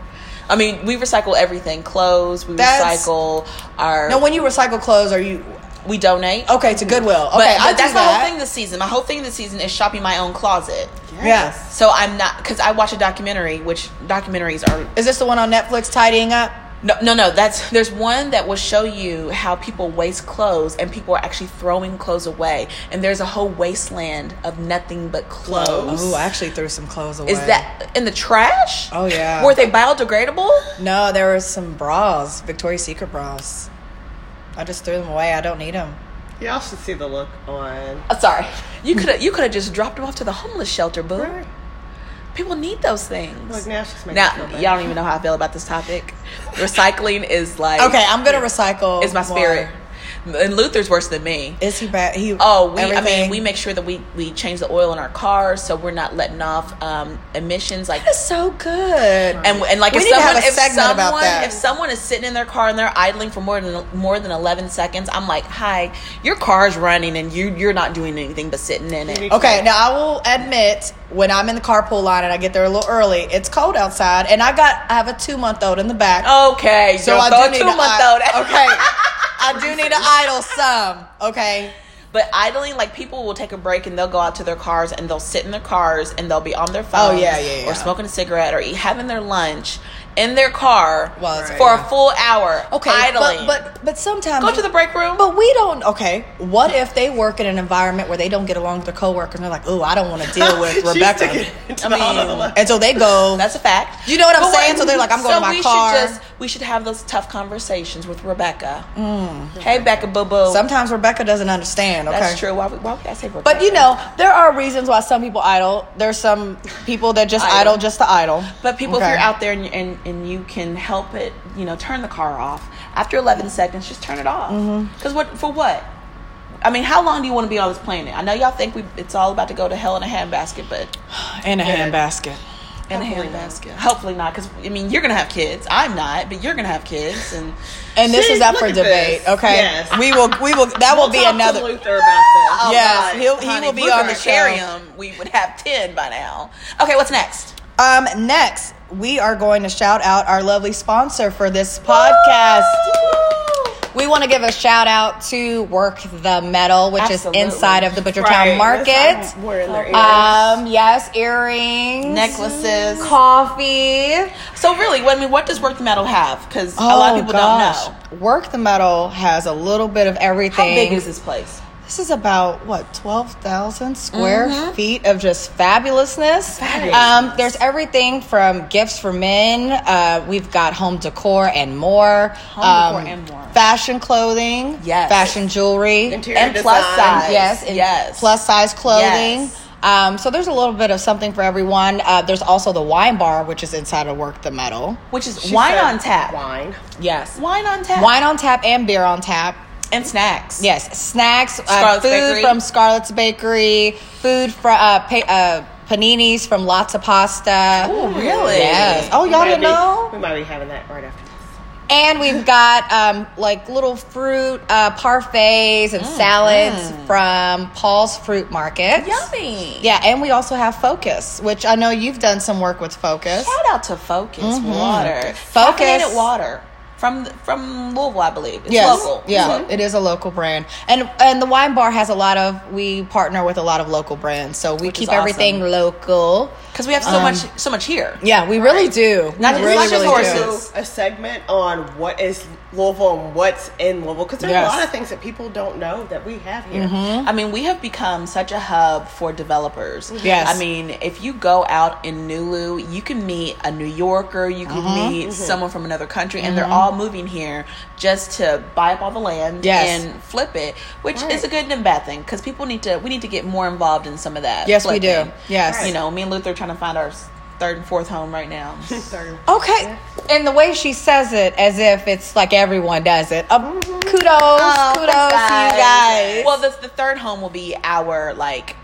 I mean, we recycle everything: clothes. We
That's-
recycle our.
No, when you recycle clothes, are you
we donate.
okay to Goodwill? Okay,
but, but
I do
that's the
that.
whole thing this season. My whole thing this season is shopping my own closet.
Yes.
So I'm not because I watch a documentary, which documentaries are
Is this the one on Netflix? Tidying up.
No, no, no. That's there's one that will show you how people waste clothes, and people are actually throwing clothes away. And there's a whole wasteland of nothing but clothes.
Oh, I actually threw some clothes away.
Is that in the trash?
Oh, yeah.
Were they biodegradable?
No, there were some bras, Victoria's Secret bras. I just threw them away. I don't need them.
Y'all should see the look on.
Oh, sorry, you could have you could have just dropped them off to the homeless shelter, boo.
Right.
People need those things.
Look, now she's making
now
me feel bad.
y'all don't even know how I feel about this topic. Recycling is like
Okay, I'm gonna recycle.
Is my
more.
spirit, and Luther's worse than me.
Is he bad? He
Oh, we. I mean,
everything.
we make sure that we we change the oil in our cars, so we're not letting off um, emissions. Like,
That's so good.
and and like
We
if
need to have
someone,
a
if
segment
someone,
about that.
if someone is sitting in their car and they're idling for more than more than eleven seconds, I'm like, hi, your car's running and you you're not doing anything but sitting in it.
Okay, now I will admit when I'm in the carpool line and I get there a little early, it's cold outside, and I got I have a two month old in the back.
Oh, Okay,
so
you're
I
thought
do need
too
to
much
idle.
though. (laughs)
Okay, I do need to idle some. Okay,
But idling, like people will take a break and they'll go out to their cars and they'll sit in their cars and they'll be on their
Oh,
phones,
yeah, yeah, yeah.
or smoking a cigarette or eat, having their lunch in their car
Well, it's-
for a full hour.
okay,
idling.
but but, but sometimes
go to the break room.
But we don't. Okay, what if they work in an environment where they don't get along with their coworkers? And they're like, "Oh, I don't want to deal with
(laughs) She's taking
Rebecca,"
it (laughs) into
I
the
mean,
hollow left.
and so they go.
That's a fact.
You know what I'm
But
saying? So they're like, I'm going
so
to my
we
car.
Should just, we should have those tough conversations with Rebecca. Hey, Becca, boo boo.
sometimes Rebecca doesn't understand. Mm. Okay,
That's true. Why, would- why would I say Rebecca?
But you know, there are reasons why some people idle. There's some people that just
Idle.
idle, just to idle.
But people,
Okay.
if you're out there and, and, and you can help it, you know, turn the car off. After 11 seconds, just turn it off.
Mm-hmm.
Because what for what? I mean, how long do you want to be on this planet? I know y'all think we it's all about to go to hell in a handbasket, but
in a handbasket.
in a
Hopefully not.
handbasket, hopefully not. Because I mean, you're gonna have kids. I'm not, but you're gonna have kids, and
And this
See,
is up
look
for
at
debate.
this.
Okay,
Yes.
we will. We will. That will be
Talk to
another. Oh,
Luther about this.
yes, he'll, he
Oh, Honey,
will be
Luther
on the
and
show.
Carium, We would have ten by now. Okay, what's next?
Um, next, we are going to shout out our lovely sponsor for this podcast. We want to give a shout out to Work the Metal, which
Absolutely.
is inside of the Butchertown
Right,
Market.
that's- I'm- We're in their ears.
Um, yes, earrings,
Necklaces.
coffee.
So really, what- I mean, what does work the metal have? Because a
Oh,
lot of people don't know.
don't know. Work the Metal has a little bit of
How
everything.
big is this place?
This is about what twelve thousand square
Mm-hmm.
feet of just fabulousness. Um, there's everything from gifts for men. Uh, we've got home decor and more. Um,
Home decor and more.
Fashion clothing.
Yes.
Fashion jewelry.
Interior
And plus
design.
size.
Yes. and
yes.
Plus size clothing.
Yes.
Um, so there's a little bit of something for everyone. Uh, there's also the wine bar, which is inside of Work the Metal.
which is
She
wine
said
on tap.
Wine.
Yes, wine on tap.
Wine on tap and beer on tap.
and snacks.
Yes, snacks, uh,
Scarlett's
food
Bakery.
from Scarlett's Bakery, food from uh, pa- uh, paninis from Lots of Pasta.
Ooh, really?
Yes. Oh,
We
y'all
might
didn't
be-
know?
We might be having that right after this.
And we've got um, like little fruit uh, parfaits
Mm,
and salads from Paul's Fruit Market.
Yummy.
Yeah, and we also have Focus, which I know you've done some work with Focus.
Shout out to Focus Water.
Focus.
Caffeinated water from from Louisville, I believe. It's
yes,
local.
yeah,
Mhm.
it is a local brand, and and the wine bar has a lot of. We partner with a lot of local brands, so we
Which
keep
is awesome.
everything local.
Because we have so much so much here.
Yeah, we really do. We
Not just-
really,
not just
really do.
horses.
a segment on what is Louisville and what's in Louisville because there's
Yes. Mm-hmm.
a lot of things that people don't know that we have here.
I mean, we have become such a hub for developers.
Yes.
I mean, if you go out in Nulu, you can meet a New Yorker, you can
Uh-huh.
meet
Mm-hmm.
someone from another country, and they're all moving here just to buy up all the land
Yes.
and flip it, which
Right.
is a good and a bad thing because people need to, we need to get more involved in some of that.
Yes, we do.
flipping.
Yes.
You know, me and Luther are trying to find our s- third and fourth home right
(laughs)
now.
Sorry.
Okay. And the way she says it, as if it's like everyone does it. Um, Kudos, kudos to you guys.
Oh Well, the, the third home will be our like.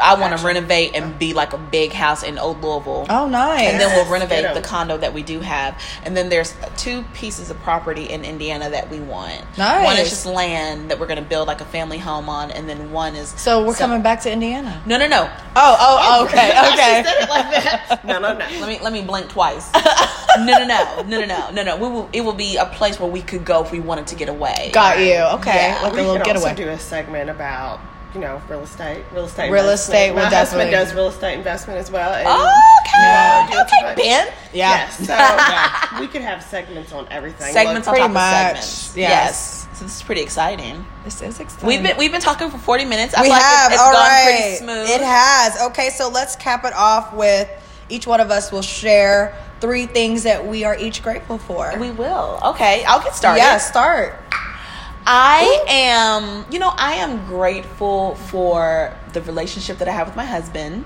I want to renovate and be like a big house in Old Louisville.
oh, nice.
And then
Yes,
we'll renovate
ditto.
the condo that we do have. And then there's two pieces of property in Indiana that we want.
Nice.
One is just land that we're going to build like a family home on, and then one is.
so we're coming back to Indiana.
No, no, no.
Oh, oh, (laughs) okay,
She
okay.
said it like that. (laughs) No, no, no.
Let me let me blink
(laughs)
twice. no, no, no, no, no, no, no, no. We will. It will be a place where we could go if we wanted to get away.
Got you. Okay,
Yeah.
(laughs) like a
we
little
could
getaway.
also do a segment about you know real estate, real estate,
Real
investment.
estate, we'll
My husband
definitely- Oh,
does real estate investment as well. And
Okay.
Yeah.
Okay, Ben.
Yeah.
Yes, so yeah, we could have segments on everything.
segments on
Pretty
top
much,
of segments.
yes.
Yes. So this is pretty exciting.
this is exciting.
We've been we've been talking for 40 minutes. I
we
feel like
have.
it's, it's
all
gone
right.
pretty smooth.
It has. Okay, so let's cap it off with each one of us will share three things that we are each grateful for.
We will. Okay, I'll get started.
yeah, start.
I am, you know, I am grateful for the relationship that I have with my husband.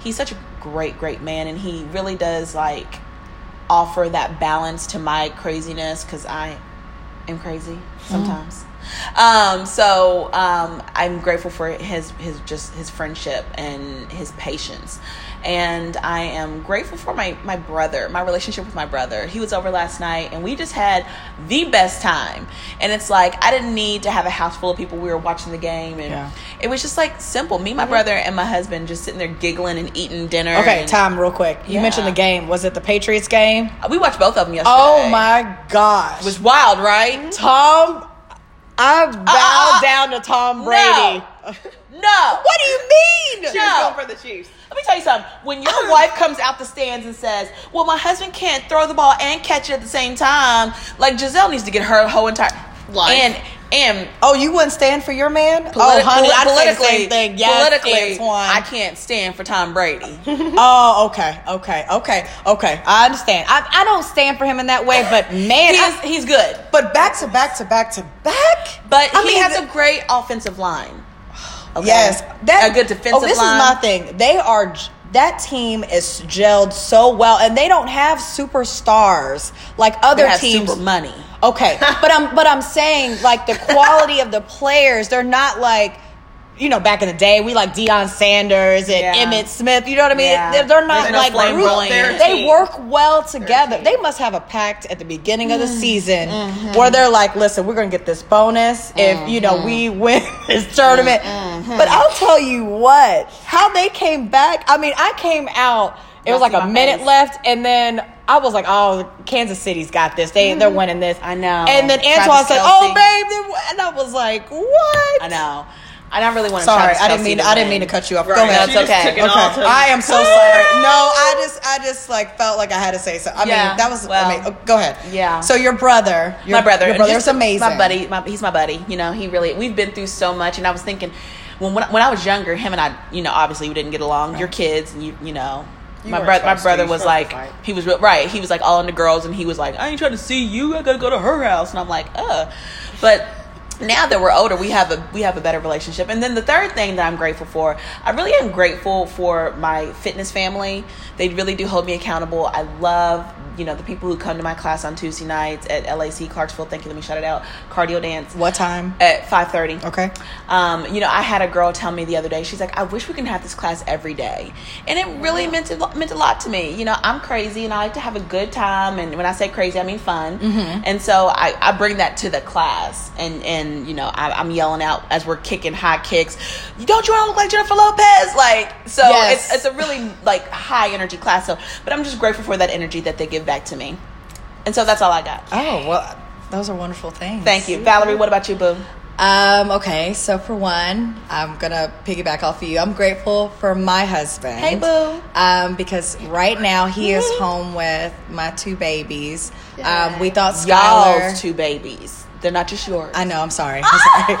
He's such a great, great man, and he really does like offer that balance to my craziness because I am crazy
Mm.
sometimes. Um, so um, I'm grateful for his his just his friendship and his patience, and I am grateful for my my brother, my relationship with my brother. He was over last night, and we just had the best time. And it's like I didn't need to have a house full of people. We were watching the game, and
Yeah. Mm-hmm.
it was just like simple. Me, my brother, and my husband just sitting there giggling and eating dinner.
Okay,
and-
time real quick. You
Yeah.
mentioned the game. Was it the Patriots game?
We watched both of them yesterday.
Oh my gosh.
It was wild, right?
Tom I bowed
uh, uh.
down to Tom Brady.
(laughs) No.
What do you mean?
She was going for the Chiefs.
Let me tell you something. When your wife comes out the stands and says, "Well, my husband can't throw the ball and catch it at the same time," like Giselle needs to get her whole entire
Life.
and and
Oh, you wouldn't stand for your man? oh,
politi-
honey,
poli-
I'd say the
politically,
same thing. Yes,
politically,
Antoine.
I can't stand for Tom (laughs) Brady.
Oh, okay, okay, okay, okay. I understand. I, I don't stand for him in that way, but man,
he's
I-
he's good,
but back to back to back to back.
but
I
he
mean,
has
th-
a great offensive line. Okay?
Yes,
a good defensive
Oh, this
line.
is my thing. They are j- that team is gelled so well, and they don't have superstars like
They
other
have
teams.
super money.
Okay, but I'm but I'm saying like the quality of the players, they're not like. You know, back in the day, we like Deion Sanders and
Yeah.
Emmett Smith. You know what I mean?
Yeah.
They're, they're not
There's no
like
flamboyant.
ruthless. They
Team.
work well together. They must have a pact at the beginning of the
Mm-hmm.
season where they're like, "Listen, we're going to get this bonus if you know we
Mm-hmm.
win (laughs) this tournament." But I'll tell you what, how they came back. I mean, I came out. It
Y'all
was like
see
a
my
minute
face?
left, and then I was like, "Oh, Kansas City's got this. They they're winning this."
Mm-hmm. I know.
And then
Travis
Antoine said, "Oh,
Kelce.
babe," they won." and I was like, "What?"
I know. I don't really want to.
Sorry, I didn't mean I didn't mean to cut you off. Go
Right.
ahead.
She
That's
just
okay.
took it
Okay.
all to-
I am so sorry. No, I just, I just like felt like I had to say something. I
Yeah,
mean, that was.
well,
I mean, oh, go ahead.
yeah.
So your brother, your,
my brother.
your
and
brother's
just (laughs)
amazing.
My buddy, my, he's my buddy. You know, he really. We've been through so much, and I was thinking, when when, when I was younger, him and I, you know, obviously we didn't get along. Your kids, and you, you know.
You
my
weren't
brother, my
supposed to.
brother
You're
was
supposed to
like,
fight.
he was real, right. He was like all in the girls, and he was like, I ain't trying to see you. I gotta go to her house, and I'm like, uh. But now that we're older we have a we have a better relationship and then the third thing that i'm grateful for i really am grateful for my fitness family they really do hold me accountable i love you know the people who come to my class on tuesday nights at lac clarksville thank you let me shout it out cardio dance
What time?
at 5.30
Okay.
um, you know i had a girl tell me the other day she's like i wish we can have this class every day and it really meant a, lo- meant a lot to me you know i'm crazy and i like to have a good time and when i say crazy i mean fun
Mm-hmm.
and so I, I bring that to the class and and you know I, i'm yelling out as we're kicking high kicks you don't you want to look like jennifer lopez like so
Yes.
it's, it's a really like high energy class so but i'm just grateful for that energy that they give back to me and so that's all i got
Oh well, those are wonderful things.
thank you valerie what about you boo
Um, okay, so for one, I'm gonna piggyback off of you. I'm grateful for my husband.
Hey, boo.
Um, because right now he is home with my two babies. Um, we thought Skylar.
y'all's two babies. They're not just yours. (laughs)
I know. I'm sorry. (laughs) I'm sorry. Ours. (laughs)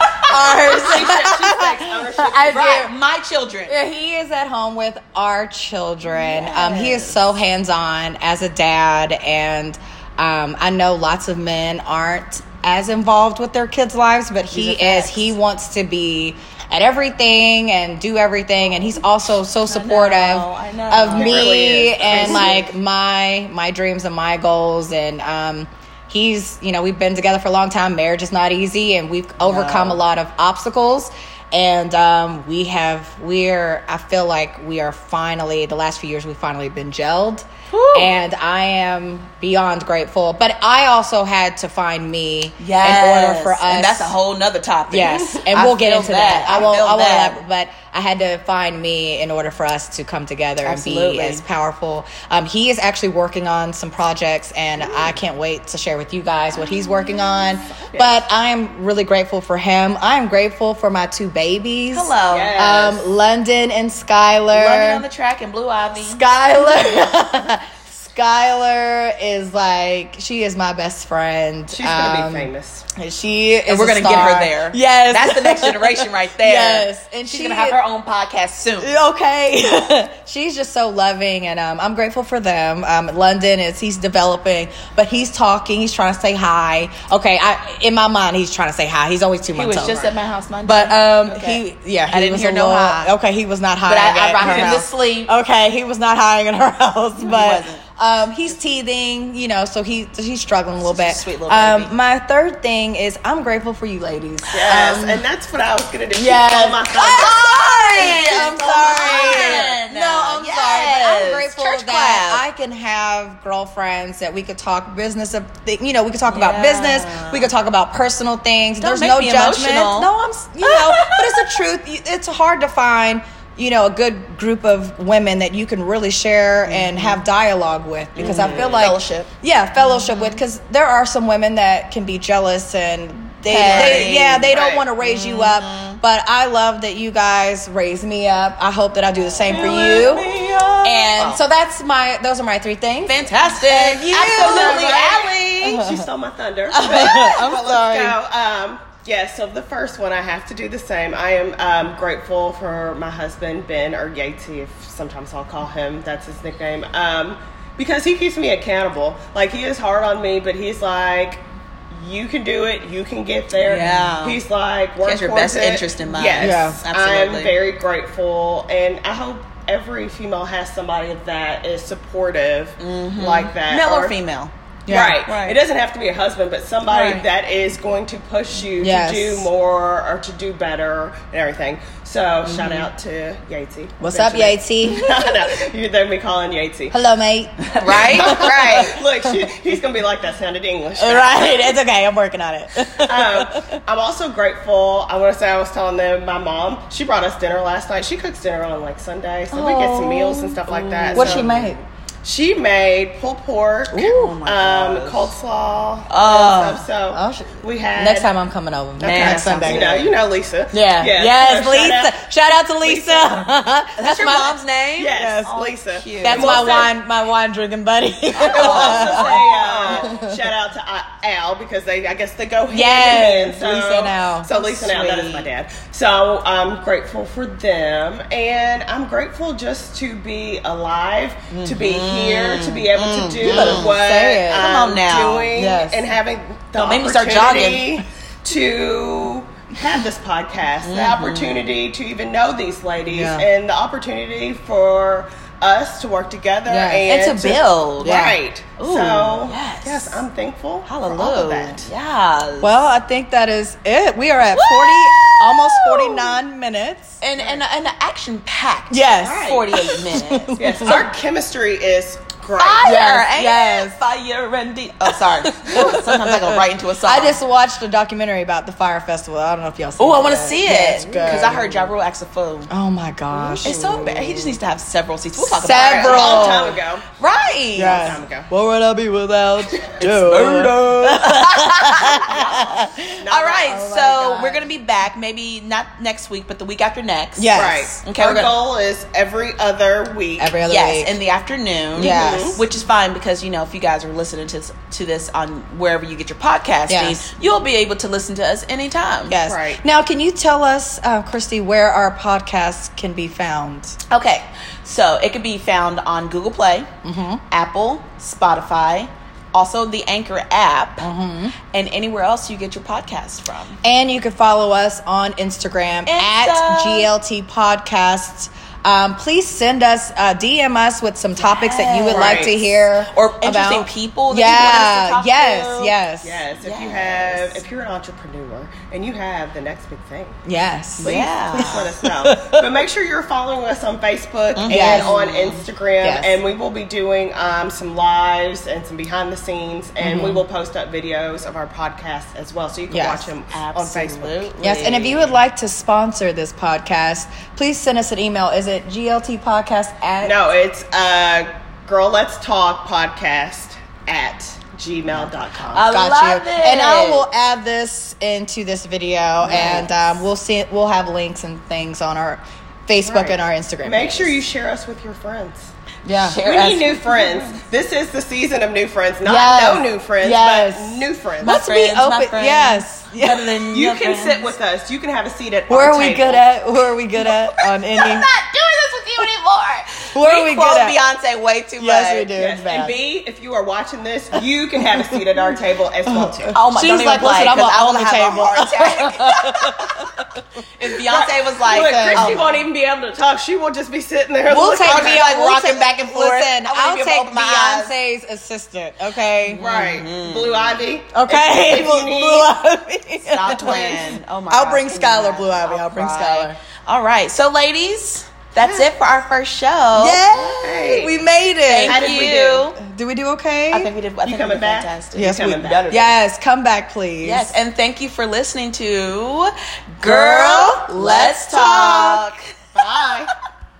I
oh,
do.
Right, my children.
Yeah, he is at home with our children. Um, he is so hands on as a dad, and um, I know lots of men aren't as involved with their kids' lives, but he is. He wants to be at everything and do everything, and he's also so supportive
I know.
of
He
me
really is.
and like my my dreams and my goals and. Um, He's, you know, we've been together for a long time. Marriage is not easy, and we've overcome a lot of obstacles and um, we have we're i feel like we are finally the last few years we've finally been gelled
Whew.
and i am beyond grateful but i also had to find me in order for us
and that's a whole nother topic.
yes and
I
we'll get
feel
into that, i won't
feel
i won't
that.
elaborate but i had to find me in order for us to come together
Absolutely.
and be as powerful um, he is actually working on some projects and i can't wait to share with you guys what he's working on but i am really grateful for him i am grateful for my two babies
Hello,
Yes.
um, London and Skylar.
London on the track and Blue Ivy.
Skylar. (laughs) Skylar is like she is my best friend.
She's gonna
Um,
be famous.
She is.
We're
a
gonna get her
star.
there.
Yes,
that's the next generation
(laughs)
right there.
Yes, and
she's
she-
gonna have her own podcast soon.
okay (laughs) she's just so loving and um, i'm grateful for them um, london is he's developing but he's talking he's trying to say hi okay I, in my mind he's trying to say hi he's always two
He
months
was
old
just at my house Monday,
but um
Okay.
he yeah
I
he
didn't
was
hear
a
no
little-
hi.
okay he was not high
but I, I
rocked
rocked him to sleep.
Okay, he was not high in her (laughs) house, but
wasn't.
um, he's teething, you know, so he so he's struggling a little
Such a
bit.
sweet little baby.
um, my third thing is I'm grateful for you ladies.
Yes,
Um,
and that's what I was gonna do. She
yes.
stole
(laughs)
my thunder.
I'm sorry. I'm
Come
sorry.
Oh, on.
No, I'm
Yes.
sorry. But I'm grateful
Church
that
clap.
I can have girlfriends that we could talk business of. Th- you know, we could talk about
Yeah.
business. We could talk about personal things.
Don't
There's
make
no
me
judgment.
emotional.
No, I'm. s- You know, but
(laughs)
it's the truth. You- It's hard to find. You know, a good group of women that you can really share and have dialogue with because I feel like
Mm-hmm. Fellowship. Mm-hmm.
Yeah, fellowship with because there are some women that can be jealous and they,
Petty.
they yeah they don't
Right.
want to raise you up but i love that you guys raise me up i hope that i do the same for you and so that's my those are my three things
Fantastic,
you.
absolutely,
Right.
Allie.
She stole my thunder.
(laughs) i'm sorry
So, um, yeah, so the first one, I have to do the same. I am um, grateful for my husband, Ben, or Yatesy, if sometimes I'll call him. That's his nickname. Um, because he keeps me accountable. Like, he is hard on me, but he's like, you can do it. You can get there.
Yeah.
He's like, work
has your
towards
best
it.
interest in mind.
Yes.
Yeah.
I'm
Absolutely.
very grateful. And I hope every female has somebody that is supportive like
Mm-hmm.
that.
Male or
or-
female?
Yeah.
Right.
Right.
It doesn't have to be a husband, but somebody
Right.
that is going to push you
Yes.
to do more or to do better and everything. So shout out to Yatesy.
Mm-hmm. what's up
Benjamin.
yatesy
(laughs) I know. You're there me calling Yatesy.
hello (laughs) mate
Right, right.
Look, she, he's going to be like, that sounded
(laughs)
English.
right it's okay i'm working on it
um, I'm also grateful. I want to say I was telling them my mom. She brought us dinner last night. She cooks dinner on like Sunday, so we get some meals and stuff like that.
what
So
Oh. she made
She made pulled pork,
Ooh. Oh
um,
my gosh.
coleslaw,
Oh.
and stuff. So
Oh, she-
we had
next time i'm coming over
Okay. Sounds
next sunday
You know, you know Lisa.
yeah. Yes,
So shout out-
Lisa. Shout out to Lisa. (laughs) That's
That's your
my-
mom's name.
Yes,
Oh,
Lisa.
cute.
That's
We'll
my
say-
wine, my wine drinking buddy.
We'll
(laughs)
also say uh, shout out to uh, Al because they, I guess they go hand
Yes,
in hand. So,
Lisa and Al.
So Lisa and Al, that is my
Sweet.
dad. So I'm grateful for them, and I'm grateful just to be alive, to be
Mm-hmm.
here, to be able to do what
Mm. say it. Come
I'm
on now.
doing,
Yes.
and having the
Don't make me start
opportunity to had this podcast, the opportunity to even know these ladies,
Mm-hmm. Yeah.
and the opportunity for us to work together
Yes.
and,
And to build. Yeah.
Right.
Ooh,
so
yes.
yes. I'm thankful
Hallelujah.
for all of that.
Yes.
(laughs) Well, I think that is it. We are at 40, almost 49 minutes.
and and and an action packed.
Yes.
Forty
(laughs)
eight minutes.
Yes, our chemistry is great.
Fire,
Yes,
ain't
yes.
it? fire and de- oh,
(laughs)
sorry. Sometimes I go right into a song.
I just watched a documentary about the fire festival. I don't know if y'all.
oh, I want
to
to see
Yeah, it's
it
good.
because I heard Ja Rule acts a fool.
Oh my gosh.
It's so bad. He just needs to have several seats. We'll talk
a
Several.
about
long time ago.
it. Right.
Yes.
time ago.
What would I be (laughs) without you?
All right.
Oh my
so
God.
we're gonna be back. Maybe not next week, but the week after next.
Yes.
Right.
Okay,
Our
we're gonna-
goal is every other week.
Every other
yes,
week.
in the afternoon. Mm-hmm.
Yes.
which is fine because you know if you guys are listening to to this on wherever you get your podcasting,
Yes.
you'll be able to listen to us anytime.
yes.
Right.
Now, can you tell us, uh, Christy, where our podcast can be found?
Okay, so it can be found on Google Play,
Mm-hmm.
Apple, Spotify, also the Anchor app,
Mm-hmm.
and anywhere else you get your podcast from.
And you can follow us on Instagram at
Insta.
GLT Podcasts. Um, please send us, uh, DM us with some topics that you would like to
Right.
hear
Or interesting
about.
people that you want us to
yeah.
talk
yes.
to.
Yes.
Yes, if you
Yes.
have, if you're an entrepreneur and you have the next big thing,
Yes.
please,
Yeah.
please let us know. but make sure you're following us on Facebook and
Yes.
on Instagram,
Yes.
and we will be doing um, some lives and some behind the scenes, and we will post up videos of our podcast as well, so you can
Yes.
watch them on Facebook.
Absolutely.
Yes, and if you would like to sponsor this podcast, please send us an email. Is it GLT Podcast at
No, it's uh, Girl Let's Talk podcast at gmail.com.
I
Got
love
you.
it.
And I will add this into this video, and um, we'll see. We'll have links and things on our Facebook
Right.
and our Instagram.
Make
pages.
sure you share us with your friends.
yeah.
Share
We
us.
need new friends. This is the season of new friends. Not
Yes.
no new friends,
Yes.
but new friends.
My
Let's
friends,
be open.
my friends. (laughs)
Yes.
Better
yes.
than
You
your
can
friends.
sit with us. You can have a seat at
Where
our
are we
table.
good at? Where are we good at on
(laughs)
any?
doing this with you
(laughs)
anymore.
Where are we good
quote
at?
Beyonce way too
Yes,
much.
we do.
Yes.
Bad.
And B, if you are watching this, you can have a seat at our table as
(laughs)
well too.
Oh my!
She
don't
was
even
like,
play,
"Listen, I'm
'cause
gonna
I will
own the
have a
table."
heart
(laughs)
attack. (laughs) and Beyonce was like,
Look,
oh,
Christy won't even be able to talk. She will just be sitting there.
We'll take
I'll be,
Beyonce.
like,
we'll
rocking
take-
back and forth. I
Listen,
wouldn't
I'll
even
take
open my eyes.
Beyonce's assistant. Okay.
right. Blue Ivy.
Mm. Okay. (laughs)
If you
Blue-
need-
Blue Ivy. (laughs)
"Stop twin." Oh my!
I'll
gosh,
bring
can you
Skylar
imagine?
Blue Ivy. I'll bring
cry.
Skylar.
All right, so ladies, that's it for our first show.
Yay! We made it.
How
Thank
did
you.
we
Do we do okay?
I think we did. I
You
think we
coming
did
back?
fantastic.
yes, we
coming back.
better. Yes, come back, please.
Yes, and thank you for listening to
Girl,
Girl, Let's
Let's
Talk.
Bye.